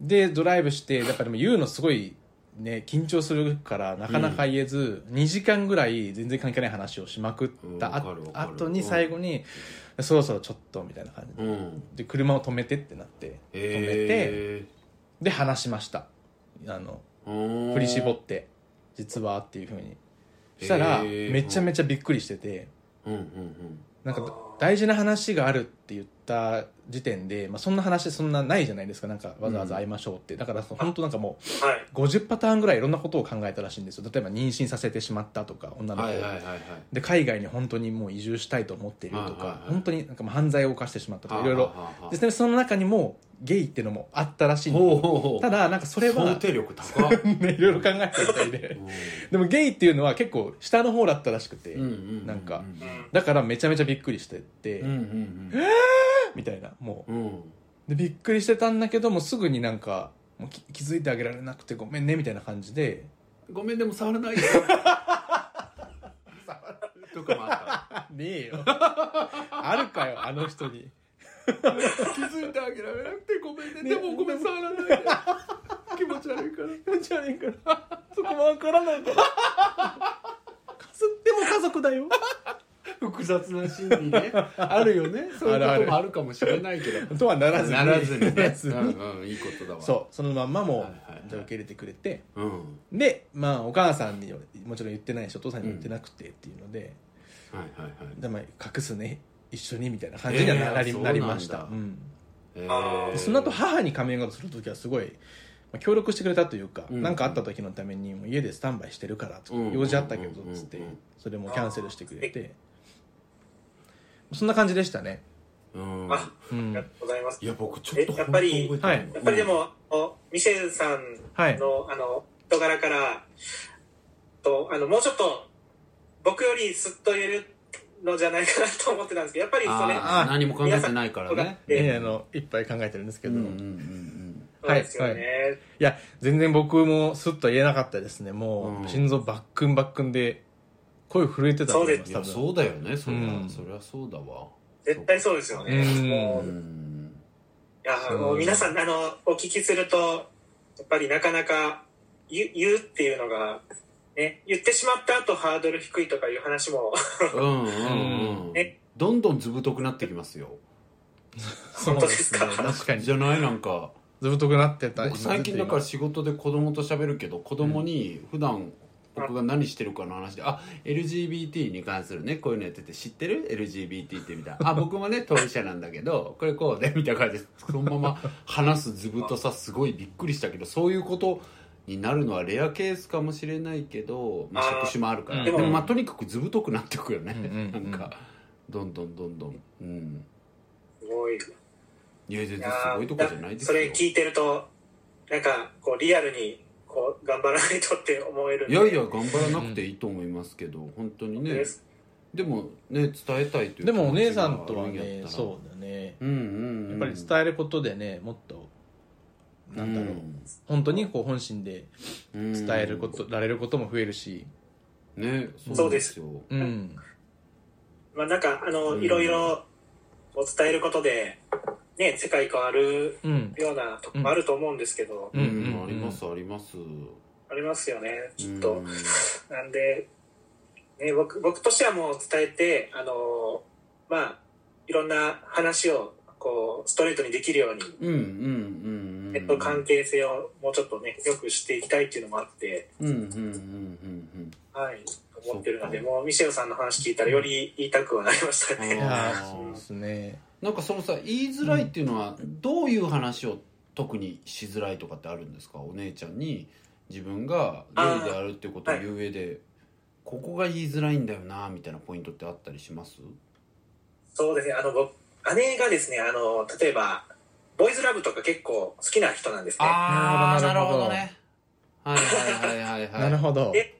Speaker 1: でドライブしてだからでも言うのすごいね緊張するからなかなか言えず、2時間ぐらい全然関係ない話をしまくった
Speaker 2: わ
Speaker 1: あ
Speaker 2: かるわかる
Speaker 1: 後に最後に、そろそろちょっとみたいな感じ
Speaker 2: うん
Speaker 1: で車を止めてってなって
Speaker 2: へ
Speaker 1: 止めて
Speaker 2: え
Speaker 1: で話しましたあの振
Speaker 2: 振
Speaker 1: り絞って実はっていうふうにしたらめちゃめ
Speaker 2: ち
Speaker 1: ちゃびっくりしてて
Speaker 2: ゃうんうんうん
Speaker 1: なん
Speaker 3: あー
Speaker 1: か大事な話があるって言った時点で、まあ、そんな話そんなないじゃないですかなんかわざわざ会いましょうって、だから本当なんかもう
Speaker 3: はい。
Speaker 1: 50パターンぐらいいろんなことを考えたらしいんですよ例えば妊娠させてしまったとか女の子
Speaker 2: は
Speaker 1: を、
Speaker 2: いはいはいはい
Speaker 1: で海外に本当にもう移住したいと思っている
Speaker 2: は
Speaker 1: とか、
Speaker 2: いはいはい
Speaker 1: 本当になんかもう犯罪を犯してしまったとかいろいろ
Speaker 2: はあはあはあ
Speaker 1: ででその中にもゲイっていうのもあったらしいんで
Speaker 2: ほうほうほう
Speaker 1: ただなんかそれは、
Speaker 2: 想
Speaker 1: ね、
Speaker 2: 定力高っ
Speaker 1: いろいろ考えたみたいで でもゲイっていうのは結構下の方だったらしくて、
Speaker 2: うんうんうんうん
Speaker 1: なんか
Speaker 3: うん。
Speaker 1: だからめちゃめちゃびっくりしてって、
Speaker 2: うんうん
Speaker 1: みたいなもう
Speaker 2: うんうん
Speaker 1: でびっくりしてたんだけどもうすぐになんかもう気気づいてあげられなくてごめんねみたいな感じで
Speaker 2: ごめんでも触らないよとかも あっ
Speaker 1: ねえよ あるかよあの人に
Speaker 2: た気づいてあげられなくてごめんね
Speaker 1: ね
Speaker 2: でもごめん触らない で気持ち悪いから
Speaker 1: 気持ち悪いからそこもわからないからでも家族だよ
Speaker 2: 複雑な心理ねあるよねそういうこ
Speaker 1: あるあ
Speaker 2: と
Speaker 1: る
Speaker 2: もあるかもしれないけど
Speaker 1: とはならずに
Speaker 2: ならずに
Speaker 1: なら
Speaker 2: ね
Speaker 1: ず
Speaker 2: う
Speaker 1: に
Speaker 2: んうんいいことだわ
Speaker 1: そうそのまんまもう、
Speaker 2: はいはいはい
Speaker 1: じゃあ受け入れてくれて
Speaker 2: ううん
Speaker 1: でまあお母さんにはもちろん言ってないしお父さんにも言ってなくてっていうので、
Speaker 2: はいはいはい
Speaker 1: でまあ隠すね一緒にみたいな感じにはなり,、
Speaker 2: えー
Speaker 1: なりました
Speaker 2: そうなんだ
Speaker 1: ん
Speaker 2: え
Speaker 3: あ
Speaker 2: ー
Speaker 3: ー
Speaker 1: その後母にカミングアウトする時はすごい、まあ、協力してくれたというか
Speaker 2: うん
Speaker 1: 何、なん、かあった時のためにもう家でスタンバイしてるからとか、
Speaker 2: うん
Speaker 1: 用事あったけどっつって、
Speaker 2: うんうんうん
Speaker 1: それもキャンセルしてくれてそんな感じでしたね、
Speaker 2: うん
Speaker 3: あ、
Speaker 1: う
Speaker 3: あり
Speaker 1: ん
Speaker 3: がと、うございます。
Speaker 2: いや僕ちょっと
Speaker 3: えやっぱり
Speaker 2: 本当覚えてな
Speaker 3: やっぱりでも、おミシェルさん
Speaker 1: はい
Speaker 3: の、あの、人柄から、と、あの、もうちょっと、僕よりすっと言えるのじゃないかなと思ってたんですけど、やっぱりそれ、
Speaker 2: あー何も考えてないから
Speaker 3: 皆さん
Speaker 2: ね
Speaker 3: え
Speaker 1: ねあのいっぱい考えてるんですけ
Speaker 2: う
Speaker 1: ど、
Speaker 2: んうんう
Speaker 1: い
Speaker 2: ん
Speaker 3: そうですよね。
Speaker 1: や全然僕もスッと言えなかったですねもう、
Speaker 2: うん
Speaker 1: 心臓バックンバックンで声震えてたと思いま
Speaker 2: うん
Speaker 1: す
Speaker 2: いや
Speaker 1: 多分
Speaker 2: そうだよねそりゃ、
Speaker 1: うん
Speaker 2: そりゃそうだわ
Speaker 3: 絶対そうですよね。
Speaker 1: うん
Speaker 3: もう
Speaker 2: う
Speaker 3: い
Speaker 2: ん
Speaker 3: やもう皆さん、あの、お聞きすると、やっぱりなかなか言う言うっていうのが、ね、言ってしまった後ハードル低いとかいう話も、
Speaker 2: うんうんうん
Speaker 3: え
Speaker 2: どんどんずぶとくなってきますよ
Speaker 1: そう
Speaker 3: 本当ですか
Speaker 1: ですね確かに
Speaker 2: じゃないなんか
Speaker 1: ずぶとくなってた
Speaker 2: 僕最近だから仕事で子供と喋るけど子供に普段僕が何してるかの話で「あ LGBT に関するねこういうのやってて知ってる ?LGBT って」みたいな「あ僕もね当事者なんだけどこれこうね」みたいな感じでそのまま話す図太さすごいびっくりしたけどそういうことになるのはレアケースかもしれないけど、まあ、職種もあるから
Speaker 1: あー
Speaker 2: でも
Speaker 1: うん
Speaker 2: まあとにかく図太くなってくよね、
Speaker 1: うんうんうん
Speaker 2: なんかどんどんどんどんうん
Speaker 3: すごい。
Speaker 2: いや全
Speaker 3: い
Speaker 2: 然
Speaker 3: や
Speaker 2: すごいとこじゃない
Speaker 3: ー
Speaker 2: です
Speaker 3: そ
Speaker 2: よ
Speaker 3: れ聞いてると、なんか、こう、リアルに、こう、頑張らないとって思えるん
Speaker 2: い
Speaker 3: で。
Speaker 2: やいや頑張らなくていいと思いますけど本当にね
Speaker 3: です
Speaker 2: でもね伝えたいという
Speaker 1: でもお姉さ
Speaker 2: 気
Speaker 1: ん
Speaker 2: 持ち
Speaker 1: と
Speaker 2: があ
Speaker 1: は
Speaker 2: るんやっ
Speaker 1: ね
Speaker 2: たら
Speaker 1: そうだね
Speaker 2: うんうんうん
Speaker 1: やっぱり伝えることでねもっとなんだろう、本当にこう本心で
Speaker 2: うん
Speaker 1: 伝えること、られることも増えるし
Speaker 2: ね
Speaker 3: そうです
Speaker 2: よ
Speaker 1: うん
Speaker 3: まあなんか、あの、
Speaker 2: うん
Speaker 3: いろいろ、こう伝えることで、ね、世界変わる
Speaker 1: うん
Speaker 3: ようなとこもあると思うんですけど、
Speaker 2: う
Speaker 1: うんん
Speaker 2: うん
Speaker 1: うん
Speaker 2: ありますあります
Speaker 3: ありますよね、きっ
Speaker 2: う
Speaker 3: と
Speaker 2: ん。
Speaker 3: なんで、ね、僕、僕としてはもう伝えて、あの、まあ、いろんな話を、こう、ストレートにできるように、
Speaker 2: うんうんうん
Speaker 3: えっと、関係性をもうちょっとね、よくしていきたいっていうのもあって、
Speaker 2: うんうんうんうん
Speaker 3: はい、思ってるので、
Speaker 2: そっ
Speaker 3: もうミシェルさんの話聞いたらより言いたくはなりました
Speaker 2: い
Speaker 1: い
Speaker 3: ね。
Speaker 1: や
Speaker 2: あー
Speaker 1: ーそうですね
Speaker 2: なんかそのさ言いづらいっていうのはどういう話を特にしづらいとかってあるんですかお姉ちゃんに自分がゲイであるってことを言う上でここが言いづらいんだよなみたいなポイントってあったりします
Speaker 3: そうですね、あの、僕、姉がですね、あの、例えば、ボーイズラブとか結構好きな人なんですね。
Speaker 2: ああな
Speaker 1: な
Speaker 2: る
Speaker 1: る
Speaker 2: ほ
Speaker 1: ほ
Speaker 2: ど
Speaker 1: ど
Speaker 2: ねはいはいはいはいはい
Speaker 1: なるほど
Speaker 3: え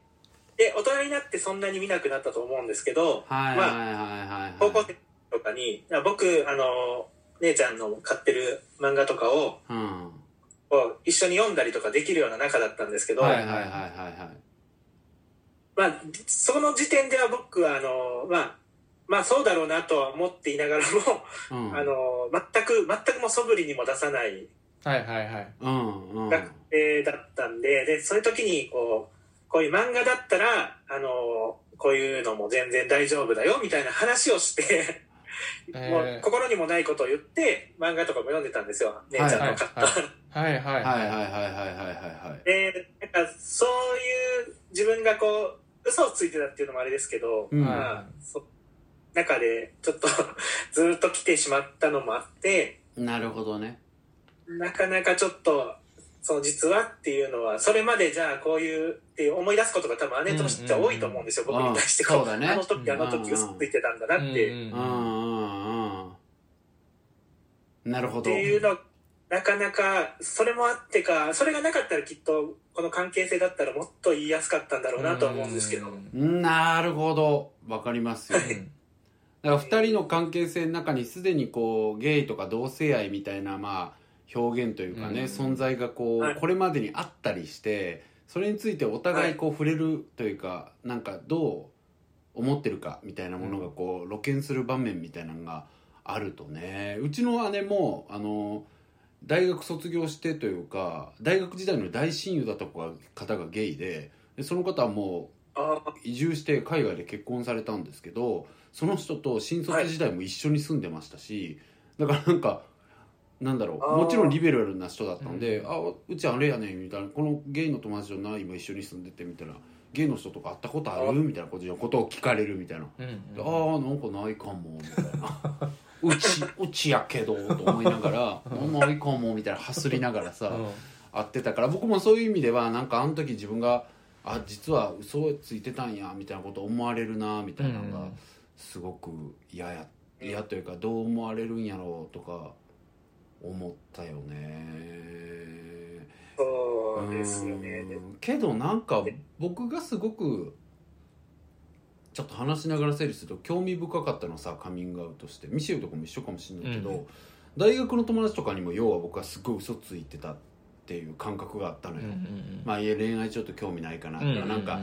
Speaker 3: で、大人になってそんなに見なくなったと思うんですけど、
Speaker 2: はいはいはいはい
Speaker 3: 高校生とかに、僕、あの、姉ちゃんの買ってる漫画とかを、
Speaker 2: うん
Speaker 3: こう一緒に読んだりとかできるような仲だったんですけど、
Speaker 2: はいはいはいはいはい
Speaker 3: まあ、その時点では僕はあの、まあ、まあそうだろうなとは思っていながらも、
Speaker 2: うん
Speaker 3: あの全く全くもう素振りにも出さない
Speaker 1: はいはいはい
Speaker 2: うんうん
Speaker 3: 学生だったんででそういう時にこうこういう漫画だったらあのこういうのも全然大丈夫だよみたいな話をして、
Speaker 1: え
Speaker 3: も
Speaker 1: ー
Speaker 3: う心にもないことを言って漫画とかも読んでたんですよ姉ちゃんの買った。
Speaker 1: はいはいは
Speaker 2: はいはいはい
Speaker 1: いはい
Speaker 2: はいはいはいはい
Speaker 3: でなんかそういう自分がこう嘘をついてたっていうのもあれですけど、
Speaker 2: うん
Speaker 3: まあ、そ中でちょっと ずっと来てしまったのもあって
Speaker 2: なるほどね
Speaker 3: なかなかちょっとその実はっていうのはそれまでじゃあこういうっていう思い出すことが多分姉としては多いと思うんですよ、
Speaker 2: うんうんうん
Speaker 3: 僕に対して
Speaker 2: あ
Speaker 3: こ
Speaker 2: そうだね
Speaker 3: あの時あの時嘘ついてたんだなって、
Speaker 1: うん
Speaker 2: う
Speaker 1: うんん
Speaker 2: うんうんなるほ
Speaker 3: っ
Speaker 2: ど
Speaker 3: ていうのなかなかそれもあってかそれがなかったらきっとこの関係性だったらもっと言いやすかったんだろうなとは思うんですけど。
Speaker 1: うん
Speaker 2: なるほどわかりますよだから2人の関係性の中にすでにこうゲイとか同性愛みたいなまあ表現というかね、
Speaker 1: うん
Speaker 2: 存在がこう、
Speaker 3: はい
Speaker 2: これまでにあったりしてそれについてお互いこう触れるというか、なんかどう思ってるかみたいなものがこう露見する場面みたいなのがあるとねうちの姉もあの大学卒業してというか大学時代の大親友だった子が方がゲイででその方はもう
Speaker 3: あ
Speaker 2: 移住して海外で結婚されたんですけどその人と新卒時代も一緒に住んでましたし、だからなんかなんだろ
Speaker 3: あ
Speaker 2: う
Speaker 3: ー
Speaker 2: もちろんリベラルな人だったんで「
Speaker 1: うん
Speaker 2: あうちあれやねん」みたいな「このゲイの友達とな今一緒に住んでて」みたいな「ゲイの人とか会ったことある?」
Speaker 3: あ
Speaker 2: みたいなことことを聞かれるみたいな
Speaker 1: うん
Speaker 2: 「ああなんかないかも」みたいな 「うちうちやけど」と思いながら「ないかも」みたいなはすりながらさ、
Speaker 1: うん
Speaker 2: 会ってたから僕もそういう意味ではなんかあの時自分があ実は嘘をついてたんやみたいなこと思われるなみたいなのが
Speaker 1: うん
Speaker 2: すごく嫌や
Speaker 3: うん
Speaker 2: 嫌というかどう思われるんやろうとか思ったよね
Speaker 3: そうですよね。
Speaker 2: うんけどなんか僕がすごくちょっと話しながら整理すると興味深かったのさカミングアウトしてミシェルとかも一緒かもしれないけど、
Speaker 1: うん
Speaker 2: 大学の友達とかにも要は僕はすごい嘘ついてたっていう感覚があったの
Speaker 1: うんう
Speaker 2: よ、
Speaker 1: ん
Speaker 2: まあいや恋愛ちょっと興味ないかなとか、
Speaker 1: うんうん
Speaker 2: なんか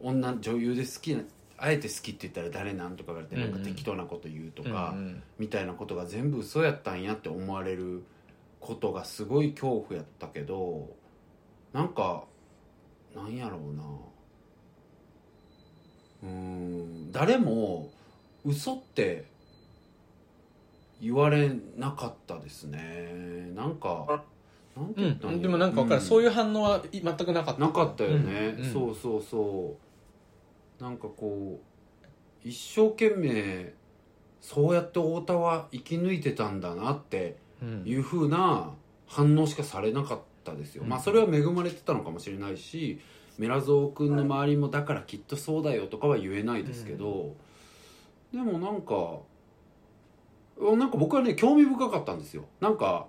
Speaker 2: 女女優で好きなあえて好きって言ったら誰なんとか言われてなんか適当なこと言うとか、
Speaker 1: うんうん
Speaker 2: みたいなことが全部嘘やったんやって思われることがすごい恐怖やったけどなんかなんやろうなうーん誰も嘘って言われなかったですねなんかなんて
Speaker 1: う
Speaker 2: 言った
Speaker 1: ん、でもなんか分からん、そういう反応はい全くなかった
Speaker 2: なかったよね、
Speaker 1: うんうん
Speaker 2: そうそうそうなんかこう一生懸命そうやって太田は生き抜いてたんだなって
Speaker 1: うん
Speaker 2: いうふうな反応しかされなかったですよ、
Speaker 1: うん
Speaker 2: まあそれは恵まれてたのかもしれないしメラゾー君の周りもだからきっとそうだよとかは言えないですけど、でもなんかなんか僕はね興味深かったんですよなんか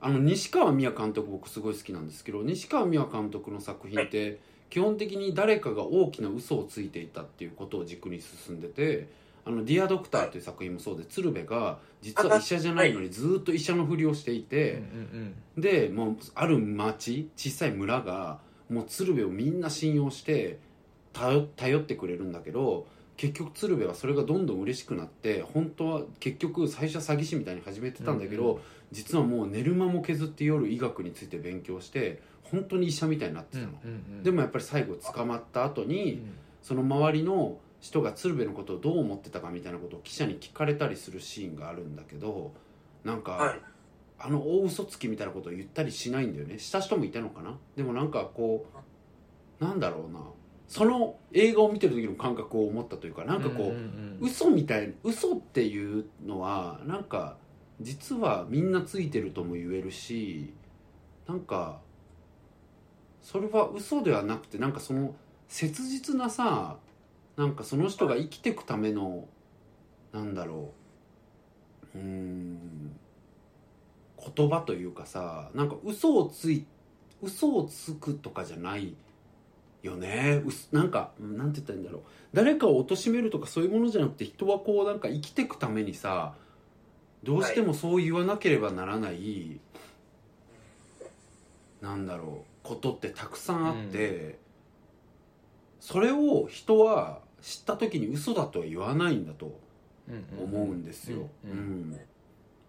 Speaker 2: あの西川美也監督僕すごい好きなんですけど西川美也監督の作品って基本的に誰かが大きな嘘をついていたっていうことを軸に進んでて「あのディア・ドクター」という作品もそうで鶴瓶が実は医者じゃないのにずっと医者のふりをしていて、
Speaker 1: うん
Speaker 2: でもうある町小さい村がもう鶴瓶をみんな信用して頼頼ってくれるんだけど結局鶴瓶はそれがどんどん嬉しくなって本当は結局最初は詐欺師みたいに始めてたんだけど、
Speaker 1: う
Speaker 2: 実はもう寝る間も削って夜医学について勉強して本当に医者みたいになって
Speaker 1: うんう
Speaker 2: たの、
Speaker 1: んうん
Speaker 2: でもやっぱり最後捕まった後
Speaker 1: う
Speaker 2: に、
Speaker 1: ん
Speaker 2: その周りの人が鶴瓶のことをどう思ってたかみたいなことを記者に聞かれたりするシーンがあるんだけどなんか、
Speaker 3: はい
Speaker 2: あの大嘘つきみたいなことを言ったりしないんだよねした人もいたのかなでもなんかこうなんだろうなその映画を見てる時の感覚を持ったというかなんかこう、
Speaker 1: うんうんうん
Speaker 2: 嘘みたいな嘘っていうのはなんか実はみんなついてるとも言えるしなんかそれは嘘ではなくてなんかその切実なさなんかその人が生きていくためのなんだろううーん言葉というかさなんか嘘をつい嘘をつくとかじゃないよねうすなんかうんなんて言ったらいいんだろう誰かを貶めるとかそういうものじゃなくて人はこうなんか生きていくためにさどうしてもそう言わなければならない、なんだろうことってたくさんあって、それを人は知った時に嘘だとは言わないんだと思うんですよ、
Speaker 1: う
Speaker 2: うんん
Speaker 1: うん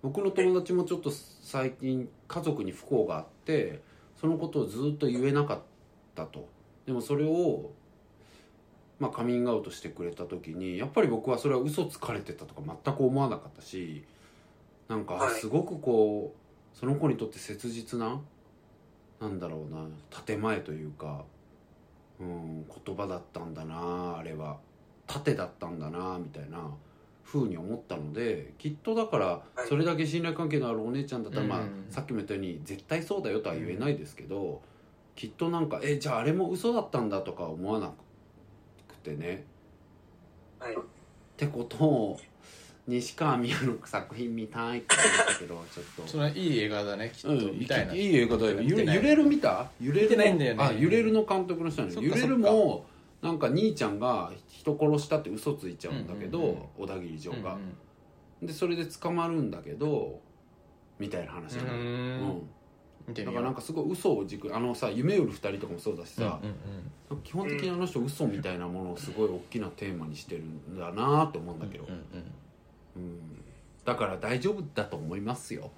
Speaker 2: 僕の友達もちょっと最近家族に不幸があってそのことをずっと言えなかったとでもそれを、まあ、カミングアウトしてくれた時にやっぱり僕はそれは嘘つかれてたとか全く思わなかったしなんか
Speaker 3: はい
Speaker 2: すごくこうその子にとって切実ななんだろうな建前というか、うん、言葉だったんだなあれは盾だったんだなみたいなふうに思ったのできっとだから
Speaker 3: はい
Speaker 2: それだけ信頼関係のあるお姉ちゃんだったら、まあ
Speaker 1: うんうんうん
Speaker 2: さっきも言ったように絶対そうだよとは言えないですけど、きっとなんかえじゃああれも嘘だったんだとか思わなくてね
Speaker 3: はい
Speaker 2: ってことを西川美也の作品見たいって思ったけどちょっと。
Speaker 1: それはいい映画だねきっと、
Speaker 2: うん、
Speaker 1: みたいない
Speaker 2: いい映画だよ
Speaker 1: 見
Speaker 2: 揺
Speaker 1: て
Speaker 2: れ
Speaker 1: ない
Speaker 2: 揺れる見た揺れるの
Speaker 1: 見てないんだよね
Speaker 2: あ揺れるの監督の人な
Speaker 1: そ
Speaker 2: の
Speaker 1: っか
Speaker 2: 揺
Speaker 1: そっ
Speaker 2: れ
Speaker 1: か
Speaker 2: るもなんか兄ちゃんが人殺したって嘘ついちゃうんだけど、
Speaker 1: うんうん
Speaker 2: 小田切
Speaker 1: う
Speaker 2: 城
Speaker 1: んうん
Speaker 2: が、でそれで捕まるんだけどみたいな話なのう
Speaker 1: う
Speaker 2: んん
Speaker 1: 見て
Speaker 2: だ
Speaker 1: み
Speaker 2: からな
Speaker 1: よう
Speaker 2: んかすごい嘘を軸あのさ夢売る二人とかもそうだしさ、
Speaker 1: うん
Speaker 2: 基本的にあの人嘘みたいなものをすごい大きなテーマにしてるんだなって思うんだけど、
Speaker 1: うんうんうん
Speaker 2: うんだから大丈夫だと思いますよ、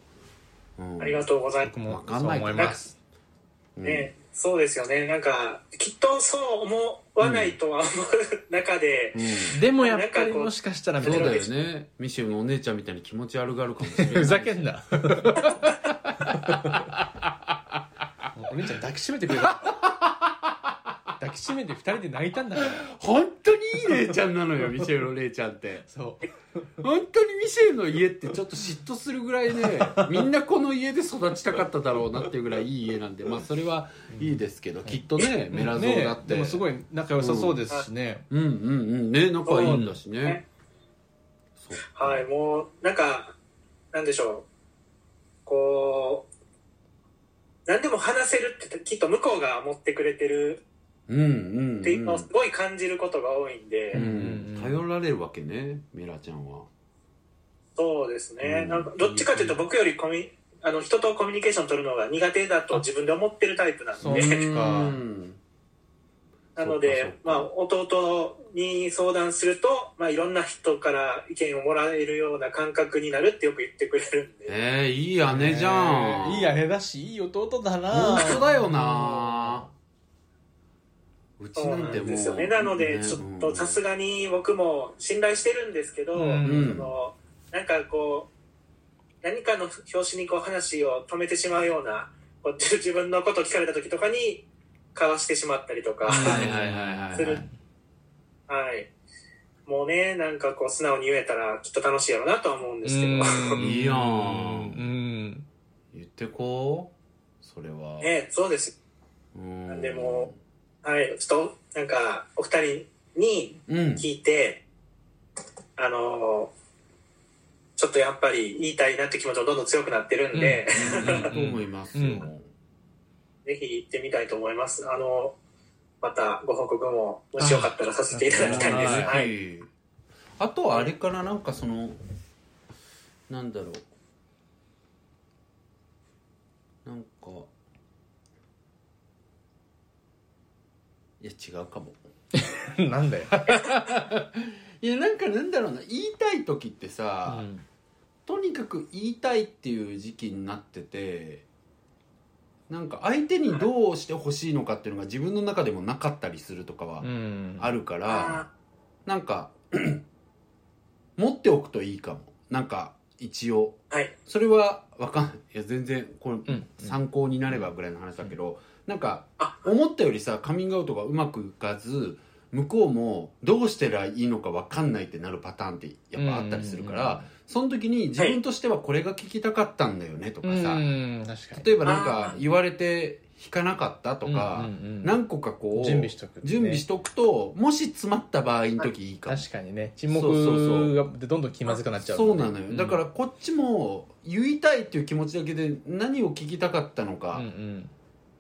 Speaker 2: うん、
Speaker 3: ありがとうございます
Speaker 1: 僕も
Speaker 2: わかんない
Speaker 1: そう思います
Speaker 2: うん
Speaker 3: ね、そうですよね。なんか、きっとそう思わないとは思う中で、
Speaker 2: うん
Speaker 1: でもやっぱりもしかしたら
Speaker 2: そう
Speaker 1: みたいな
Speaker 2: だよねミシェルのお姉ちゃんみたいに気持ち悪がるかもしれない
Speaker 1: ふざけんな お姉ちゃん抱きしめてくれ た抱きしめて二人で泣いたんだから
Speaker 2: 本当にいい姉ちゃんなの よミシェルの姉ちゃんって
Speaker 1: そう
Speaker 2: 本当にミシェルの家ってちょっと嫉妬するぐらいねみんなこの家で育ちたかっただろうなっていうぐらいいい家なんでまあそれはいいですけど、きっとねメラゾーだっ
Speaker 1: ね
Speaker 2: て、
Speaker 1: でもすごい仲良さそうですしね、
Speaker 2: うんうんうんね仲いいんだしね、そう
Speaker 3: はい、もう、なんか、なんでしょう。こう、何でも話せるってきっと向こうが思ってくれてる
Speaker 2: うんうん、うん、
Speaker 3: っていうのをすごい感じることが多いんで、
Speaker 2: うん
Speaker 1: うん
Speaker 2: 頼られるわけねメラちゃんは
Speaker 3: そうですね。
Speaker 2: うん
Speaker 3: なんか、どっちかというと僕よりコミュあの人とコミュニケーション取るのが苦手だと自分で思ってるタイプなん
Speaker 1: そう
Speaker 3: で、
Speaker 1: か
Speaker 2: うん
Speaker 3: なの
Speaker 2: そうか
Speaker 3: で、
Speaker 2: そう
Speaker 3: ま
Speaker 2: か
Speaker 3: あ、弟に相談すると、まあ、いろんな人から意見をもらえるような感覚になるってよく言ってくれるんで、
Speaker 2: えー、いい姉じゃん、
Speaker 1: えーいい姉だしいい弟だな
Speaker 2: 本当だよなうち
Speaker 3: そ
Speaker 2: な
Speaker 3: うなん
Speaker 2: て
Speaker 3: ん
Speaker 2: もう
Speaker 3: ですよね。なので、
Speaker 2: ね
Speaker 3: ちょっとさすがに僕も信頼してるんですけど、
Speaker 1: うん
Speaker 2: うん
Speaker 3: そのなんかこう、何かの表紙にこう話を止めてしまうようなこう自分のことを聞かれた時とかにかわしてしまったりとか、
Speaker 2: はいはいはいはい
Speaker 3: す
Speaker 2: は
Speaker 3: る
Speaker 2: い
Speaker 3: はい。もうね、なんかこう素直に言えたらきっと楽しいやろうなとは思うんですけど、
Speaker 1: うん
Speaker 2: いいやん
Speaker 1: うん
Speaker 2: 言ってこうそれは、
Speaker 3: ね、そうです。
Speaker 2: うん
Speaker 3: でもはい。ちょっと、なんか、お二人に
Speaker 2: うん
Speaker 3: 聞いて、あのちょっとやっぱり言いたいなって気持ちもどんどん強くなってるんで、
Speaker 2: いいと思いますよ、
Speaker 1: うん
Speaker 3: ぜひ行ってみたいと思います。あの、またご報告も、もしよかったらさせていただきたいです。
Speaker 1: あ
Speaker 3: は。
Speaker 2: はいい、あとはあれからなんかそのなんだろうなんかいや違うかも
Speaker 1: うんなんだよ
Speaker 2: いやなんかなんだろうな言いたい時ってさ、とにかく言いたいっていう時期になっててなんか相手にどうしてほしいのかっていうのが自分の中でもなかったりするとかは
Speaker 1: うん
Speaker 2: あるから、なんか 持っておくといいかもなんか一応
Speaker 3: はい。
Speaker 2: それはわかんないいや全然これ
Speaker 1: うん
Speaker 2: 参考になればぐらいの話だけど、なんか
Speaker 3: あ
Speaker 2: 思ったよりさカミングアウトがうまくいかず向こうもどうしたらいいのかわかんないってなるパターンってやっぱあったりするから、その時に自分としてはこれが聞きたかったんだよねとか
Speaker 1: うん
Speaker 2: さ、
Speaker 1: うん確かに
Speaker 2: 例えばなんか
Speaker 3: あー
Speaker 2: 言われて引かなかったとか、
Speaker 1: うんうんうん
Speaker 2: 何個かこう
Speaker 1: 準備しとく
Speaker 2: 準備しとくともし詰まった場合の時いいかも
Speaker 1: 確かにね沈
Speaker 2: そうそうそう
Speaker 1: 黙がでどんどん気まずくなっちゃう
Speaker 2: そう
Speaker 1: ね
Speaker 2: なのよ、だからこっちも言いたいっていう気持ちだけで何を聞きたかったの
Speaker 1: うん
Speaker 2: か
Speaker 1: うん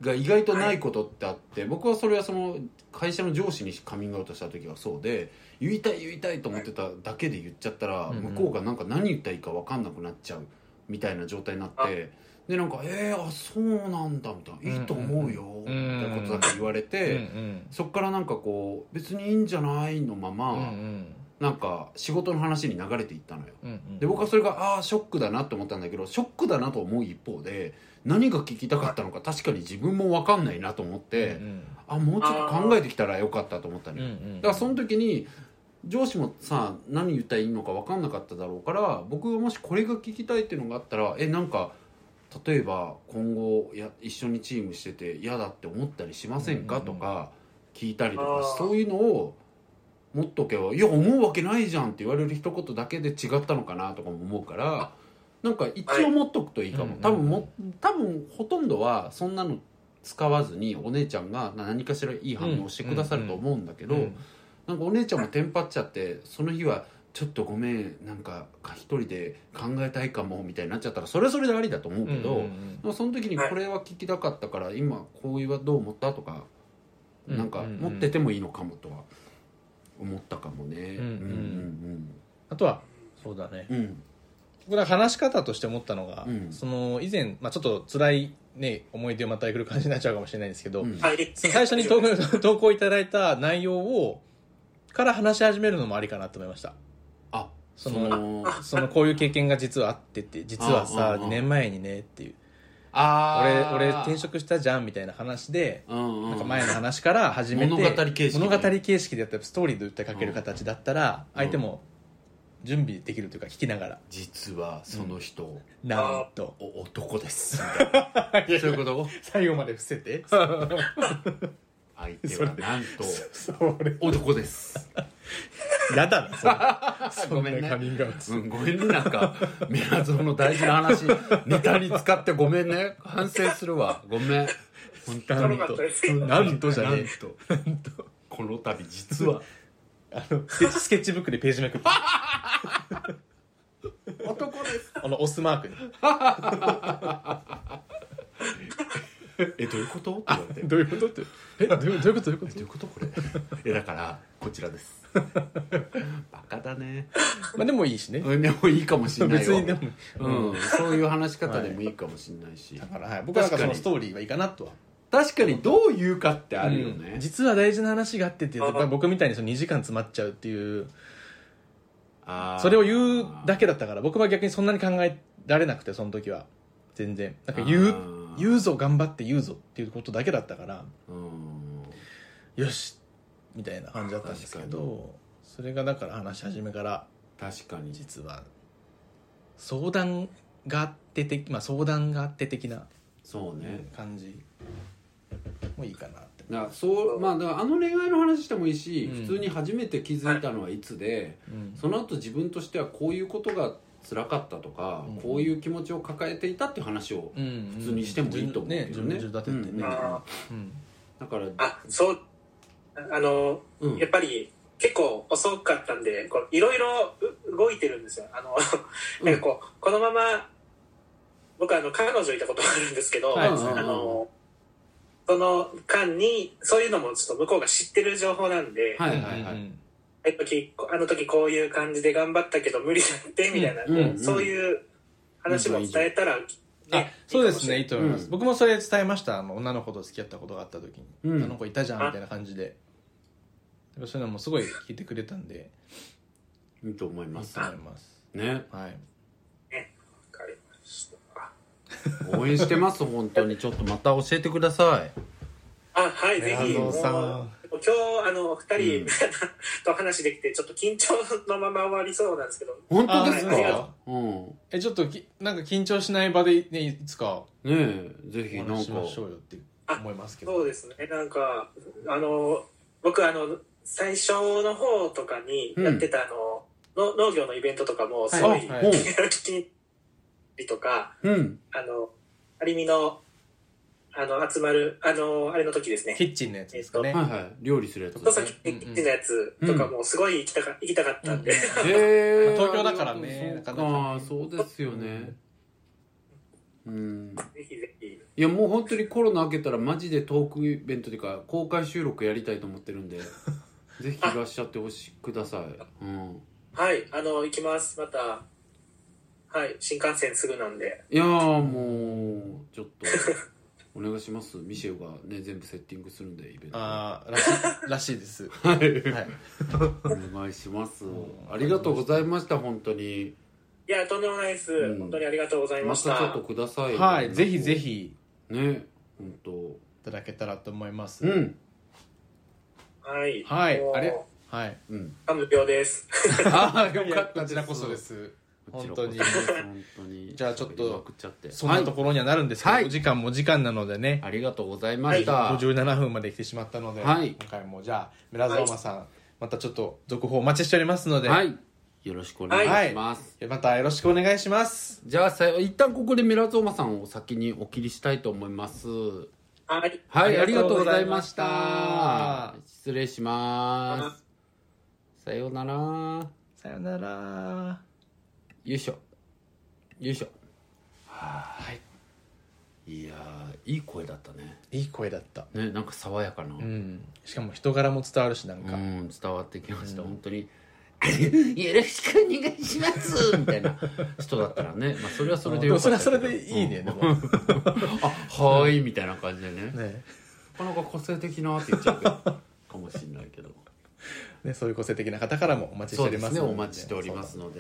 Speaker 2: が意外とないことってあって、僕はそれはその会社の上司にカミングアウトした時はそうで言いたい言いたいと思ってただけで言っちゃったら、
Speaker 1: うんうん
Speaker 2: 向こうがなんか何言ったらいいか分かんなくなっちゃうみたいな状態になってでなんか「えー、あそうなんだ」みたいな「いいと思うよ」み
Speaker 1: う
Speaker 2: た
Speaker 1: ん
Speaker 2: いなことだけ言われて、
Speaker 1: うん
Speaker 2: そっからなんかこう別にいいんじゃないのまま、
Speaker 1: うんうん
Speaker 2: なんか仕事の話に流れていったのよ。
Speaker 1: うんうん
Speaker 2: で僕はそれがああーショックだなと思ったんだけどショックだなと思う一方で何が聞きたかったのか確かに自分も分かんないなと思って、
Speaker 1: うん
Speaker 2: あもうちょっと考えてきたらよかったと思った
Speaker 1: うん
Speaker 2: ね、
Speaker 1: う
Speaker 2: よ
Speaker 1: ん
Speaker 2: だからその時に上司もさ何言ったらいいのか分かんなかっただろうから僕がもしこれが聞きたいっていうのがあったらえなんか例えば今後や一緒にチームしてて嫌だって思ったりしませんか
Speaker 1: うんうん
Speaker 2: と
Speaker 1: うん
Speaker 2: か聞いたりと
Speaker 3: あ
Speaker 2: か
Speaker 3: ー
Speaker 2: そういうのを持っとけば「いや思うわけないじゃん」って言われる一言だけで違ったのかなとかも思うからなんか一応持っとくといいかも、
Speaker 1: はい
Speaker 2: 多分も多分ほとんどはそんなの使わずにお姉ちゃんが何かしらいい反応をしてくださると思うんだけど、
Speaker 1: うん
Speaker 2: なんかお姉ちゃんもテンパっちゃってその日はちょっとごめんなんか一人で考えたいかもみたいになっちゃったらそれはそれでありだと思うけど、
Speaker 1: うんうん
Speaker 2: でもその時にこれは聞きたかったから今こういうはどう思ったとか、
Speaker 1: うん
Speaker 2: なんか持っててもいいのかもとは思ったかもね。
Speaker 1: う
Speaker 2: う
Speaker 1: ん
Speaker 2: ん
Speaker 1: あとはそうだね
Speaker 2: うんうん
Speaker 1: 僕ら話し方として思ったのが、
Speaker 2: うん
Speaker 1: その以前、まあ、ちょっと辛いね思い出をまた来る感じになっちゃうかもしれないんですけど、
Speaker 2: うん
Speaker 3: はい。
Speaker 1: その最初に投稿 投稿いただいた内容をから話し始めるのもありかなと思いました
Speaker 2: あ
Speaker 1: そ
Speaker 2: そ
Speaker 1: の
Speaker 2: の
Speaker 1: そのこういう経験が実はあってって実
Speaker 2: あ
Speaker 1: は
Speaker 2: ああ
Speaker 1: さ
Speaker 2: あ
Speaker 1: 2年前にねっていう俺
Speaker 2: あー
Speaker 1: 俺転職したじゃんみたいな話で
Speaker 2: うんうん
Speaker 1: なんか前の話から始めて
Speaker 2: 物語形式で
Speaker 1: 物語形式でやったらストーリーで訴えかける形だったら
Speaker 2: うん
Speaker 1: 相手も準備できるというか聞きながら
Speaker 2: 実はその人、
Speaker 1: なんと
Speaker 2: お男ですみたい なそういうこと
Speaker 1: 最後まで伏せて
Speaker 2: 相手はなんと
Speaker 1: それ
Speaker 2: 男です、
Speaker 1: やだなそ れ
Speaker 2: ごめんね
Speaker 1: そなカミングアウト
Speaker 2: うん、ごめんねなんかメラゾンの大事な話ネタに使ってごめんね反省するわごめん本当
Speaker 1: な
Speaker 2: に
Speaker 1: ん
Speaker 3: かったです
Speaker 1: となんとじゃねえ
Speaker 2: なんとこの度実は
Speaker 1: あのスケッチスケッチブックでページめくって
Speaker 2: 男です
Speaker 1: あのオスマークに
Speaker 2: えどういうことって言われて
Speaker 1: どういうことってえどういうどういうことどういう
Speaker 2: えど
Speaker 1: こ
Speaker 2: う
Speaker 1: と
Speaker 2: いうことこれえだからこちらですバカだね
Speaker 1: まあでもいいしね
Speaker 2: うんでもいいかもしんない
Speaker 1: 別
Speaker 2: よ
Speaker 1: にでも
Speaker 2: うん、そういう話し方でもいいかもしんないし、
Speaker 1: だからはい僕はなんかそのス
Speaker 2: 確か
Speaker 1: トーリーはいいかなとは
Speaker 2: 確かにどう言うかってあるよね、
Speaker 1: うん実は大事な話があってって言うと
Speaker 3: あ
Speaker 1: 僕みたいにその2時間詰まっちゃうっていう
Speaker 2: あー
Speaker 1: それを言うだけだったから僕は逆にそんなに考えられなくてその時は全然なんか言う
Speaker 2: あー
Speaker 1: 言うぞ頑張って言うぞっていうことだけだったから
Speaker 2: うん
Speaker 1: よしみたいな感じだったんですけどそれがだから話し始めから
Speaker 2: 確かに
Speaker 1: 実は相談があって的、まあ、相談があって的な
Speaker 2: そうね、
Speaker 1: 感じもいいかなって
Speaker 2: だからそうまあだからあの恋愛の話してもいいし、
Speaker 1: うん
Speaker 2: 普通に初めて気づいたのはいつで、
Speaker 1: うん
Speaker 2: その後自分としてはこういうことが辛かったとか、
Speaker 1: うん
Speaker 2: こういう気持ちを抱えていたっていう話を
Speaker 1: 普
Speaker 2: 普通にしてもいいと思うけ
Speaker 1: ね
Speaker 2: ど
Speaker 1: 自
Speaker 2: ね
Speaker 1: 分自分立ててね
Speaker 2: うん
Speaker 3: あ
Speaker 1: うん
Speaker 2: だから
Speaker 3: あそうあの
Speaker 2: うん
Speaker 3: やっぱり結構遅かったんでこういろいろう動いてるんですよあのなんかこう、このまま僕あの彼女いたことがあるんですけど、
Speaker 1: はい
Speaker 3: あのその間にそういうのもちょっと向こうが知ってる情報なんで、
Speaker 2: はいはいはい、
Speaker 1: うん
Speaker 3: あの時こあの時こういう感じで頑張ったけど無理だってみたいな、
Speaker 2: うんうんうん
Speaker 3: そういう話も伝えたら、ね
Speaker 1: あそうですねいいと思いま
Speaker 2: う
Speaker 1: す
Speaker 2: ん
Speaker 1: 僕もそれ伝えましたあの女の子と付き合ったことがあった時にあ
Speaker 2: うん
Speaker 1: の子いたじゃんみたいな感じでやっぱそういうのもすごい聞いてくれたんで
Speaker 2: いいと思い
Speaker 1: いいと
Speaker 2: ま
Speaker 1: 思い
Speaker 2: す
Speaker 1: ます
Speaker 2: ね
Speaker 1: はい
Speaker 3: わかりました
Speaker 2: 応援してます本当にちょっとまた 教えてください
Speaker 3: あはいぜひも
Speaker 1: 謎
Speaker 3: う
Speaker 1: さん
Speaker 3: 今日あのお二
Speaker 2: う
Speaker 3: 人、
Speaker 2: ん
Speaker 3: と話できてちょっと緊張のまま終わりそうなんですけど
Speaker 2: 本当です
Speaker 3: あありがと
Speaker 2: かうんね
Speaker 1: えちょっときなんか緊張しない場でねいつか
Speaker 2: えぜひ
Speaker 1: お
Speaker 2: なん
Speaker 1: 話
Speaker 2: か
Speaker 1: ししましょうよって思いますけど
Speaker 3: そうですねなんかあの僕あの最初の方とかにやってた、あのの農業のイベントとかもすご
Speaker 1: は
Speaker 3: い、
Speaker 1: い
Speaker 3: や
Speaker 1: は
Speaker 3: る
Speaker 1: い
Speaker 3: 気にりとか
Speaker 2: うん
Speaker 3: あのアリミのあの集まるあのあれの時ですね
Speaker 1: キッチンのやつですかね
Speaker 2: はいはい料理するやつ
Speaker 3: 戸
Speaker 2: ですね
Speaker 3: 崎キッチンのやつとかもすごい行きたか行きたかったんで、
Speaker 1: うんうん
Speaker 2: へー
Speaker 1: まあ東京だからね
Speaker 2: そうか
Speaker 1: なかなかね
Speaker 2: そうですよねうん
Speaker 3: ぜひぜひ
Speaker 2: いやもう本当にコロナ明けたらマジでトークイベントというか公開収録やりたいと思ってるん でぜひいらっしゃってほしくださいうん
Speaker 3: はいあの行きますまたはい新幹線すぐなんで
Speaker 2: いやーもうちょっとお願いしますミシェルがね全部セッティングするんでイベント
Speaker 1: ああらしいらしいですは
Speaker 2: はい
Speaker 1: い
Speaker 2: お願いします
Speaker 1: ん
Speaker 2: ありがとうございました本当に
Speaker 3: いやとんでもないです、
Speaker 2: うん
Speaker 3: 本当にありがとうござい
Speaker 2: ま
Speaker 3: ま
Speaker 2: た
Speaker 3: し
Speaker 2: ち
Speaker 3: た、
Speaker 2: ょっとください
Speaker 1: はいぜひぜひ
Speaker 2: ね本当
Speaker 1: いただけたらと思います
Speaker 2: うん
Speaker 3: はい
Speaker 1: はい
Speaker 3: もう
Speaker 1: あれはい
Speaker 2: うん
Speaker 3: 無病です
Speaker 2: ああ
Speaker 1: い
Speaker 2: よ
Speaker 1: や
Speaker 2: かった
Speaker 1: こちらこそです
Speaker 2: こちらこそ
Speaker 1: 本当に
Speaker 2: 本当に
Speaker 1: じゃあちょっと
Speaker 2: まくっちゃって
Speaker 1: そんなところにはなるんですけど、
Speaker 2: はい
Speaker 1: お時間も時間なのでね、
Speaker 2: ありがとうございました。
Speaker 1: 57分まで来てしまったので、
Speaker 2: はい
Speaker 1: 今回もじゃあ、村沢馬さん、またちょっと続報お待ちしておりますので、
Speaker 2: はい。よろしくお願いします。
Speaker 1: またよろしくお願いします。
Speaker 2: じゃあさ、一旦ここでメラゾーマさんを先にお切りしたいと思います。
Speaker 3: はい
Speaker 2: はい、あ
Speaker 1: あ
Speaker 2: り
Speaker 1: り
Speaker 2: が
Speaker 1: が
Speaker 2: と
Speaker 1: と
Speaker 2: うご
Speaker 1: うご
Speaker 2: ざ
Speaker 1: ざ
Speaker 2: い
Speaker 1: い
Speaker 2: ま
Speaker 1: ま
Speaker 2: し
Speaker 1: した
Speaker 2: た。失礼します。さようなら。
Speaker 1: さよなら。
Speaker 2: よいしょ。よいしょ。
Speaker 1: はい。
Speaker 2: いやー、いい声だったね。
Speaker 1: いい声だった。
Speaker 2: ね、なんか爽やかな。う、
Speaker 1: うんん。しかも人柄も伝わるし、なんか。
Speaker 2: 伝わってきました。本当に。 よろしくお願いしますみたいな人だったらね、まあ、それはそれで
Speaker 1: で
Speaker 2: よ
Speaker 1: も
Speaker 2: かった
Speaker 1: そ
Speaker 2: け
Speaker 1: れ
Speaker 2: ど
Speaker 1: はそれでいいね、でも。
Speaker 2: あはーいみたいな感じでねな
Speaker 1: ね
Speaker 2: かなか個性的なって言っちゃうけ どかもしれないけど
Speaker 1: ね、そういう個性的な方からもお待ちして
Speaker 2: そ
Speaker 1: お
Speaker 2: う
Speaker 1: り
Speaker 2: で
Speaker 1: ます
Speaker 2: ね
Speaker 1: すので
Speaker 2: お待ちしておりますので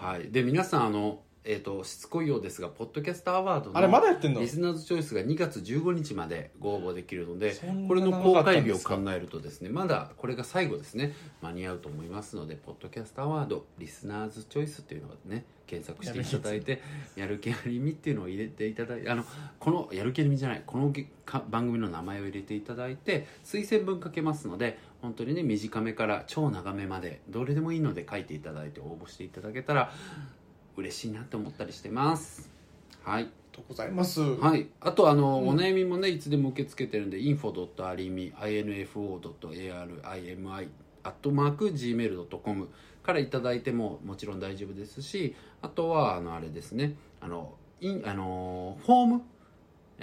Speaker 1: はい
Speaker 2: はいで皆さんあのえっ、としつこいようですがポッドキャストアワードの
Speaker 1: あれ、まだやってんの
Speaker 2: リスナーズチョイスが2月15日までご応募できるので
Speaker 1: そんな
Speaker 2: これの
Speaker 1: 長か
Speaker 2: 公
Speaker 1: った
Speaker 2: 開
Speaker 1: ん
Speaker 2: 日
Speaker 1: で
Speaker 2: を
Speaker 1: すか
Speaker 2: 考えるとですねまだこれが最後ですね間に合うと思いますのでポッドキャストアワードリスナーズチョイスっていうのがね検索していただいてやる気ありみっていうのを入れていただいてあのこのやる気ありみじゃないこのげか番組の名前を入れていただいて推薦文かけますので本当にね短めから超長めまでどれでもいいので書いていただいて応募していただけたら嬉しいなって思ったりしてますはい
Speaker 1: ありがとうございます。
Speaker 2: はい、あとあの、お悩みもねいつでも受け付けてるんで info.arimi.info.arimi アットマーク gmail.com からいただいてももちろん大丈夫ですしあとはあのあれですねあのインあのフォーム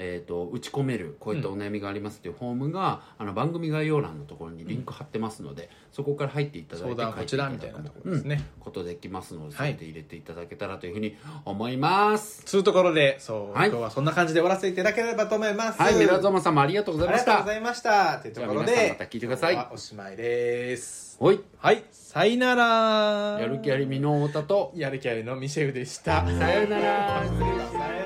Speaker 2: えー、と打ち込めるこういったお悩みがありますっていうフォームが、あの番組概要欄のところにリンク貼ってますので、そこから入っていただいて
Speaker 1: 相談はこちら
Speaker 2: 書
Speaker 1: み
Speaker 2: て
Speaker 1: たい
Speaker 2: だ
Speaker 1: な
Speaker 2: く
Speaker 1: ところですね。
Speaker 2: ことできますのでそ
Speaker 1: はい
Speaker 2: れで入れていただけたらというふうに思います。
Speaker 1: つうところで、そう、
Speaker 2: はい
Speaker 1: 今日はそんな感じで終わらせていただければと思います。
Speaker 2: はい、メラゾマさんもありがとうござい
Speaker 1: あ
Speaker 2: ま
Speaker 1: り
Speaker 2: し
Speaker 1: がとうご
Speaker 2: た。
Speaker 1: ざいました。というところ
Speaker 2: じゃあ皆
Speaker 1: で、
Speaker 2: さんまた聞いてください
Speaker 1: 今日はおしまいです。
Speaker 2: はい、
Speaker 1: はい、さよなら。
Speaker 2: やる気ありみの太田と、
Speaker 1: やる気ありのミシェルでした。
Speaker 2: さようなら。
Speaker 1: 失礼します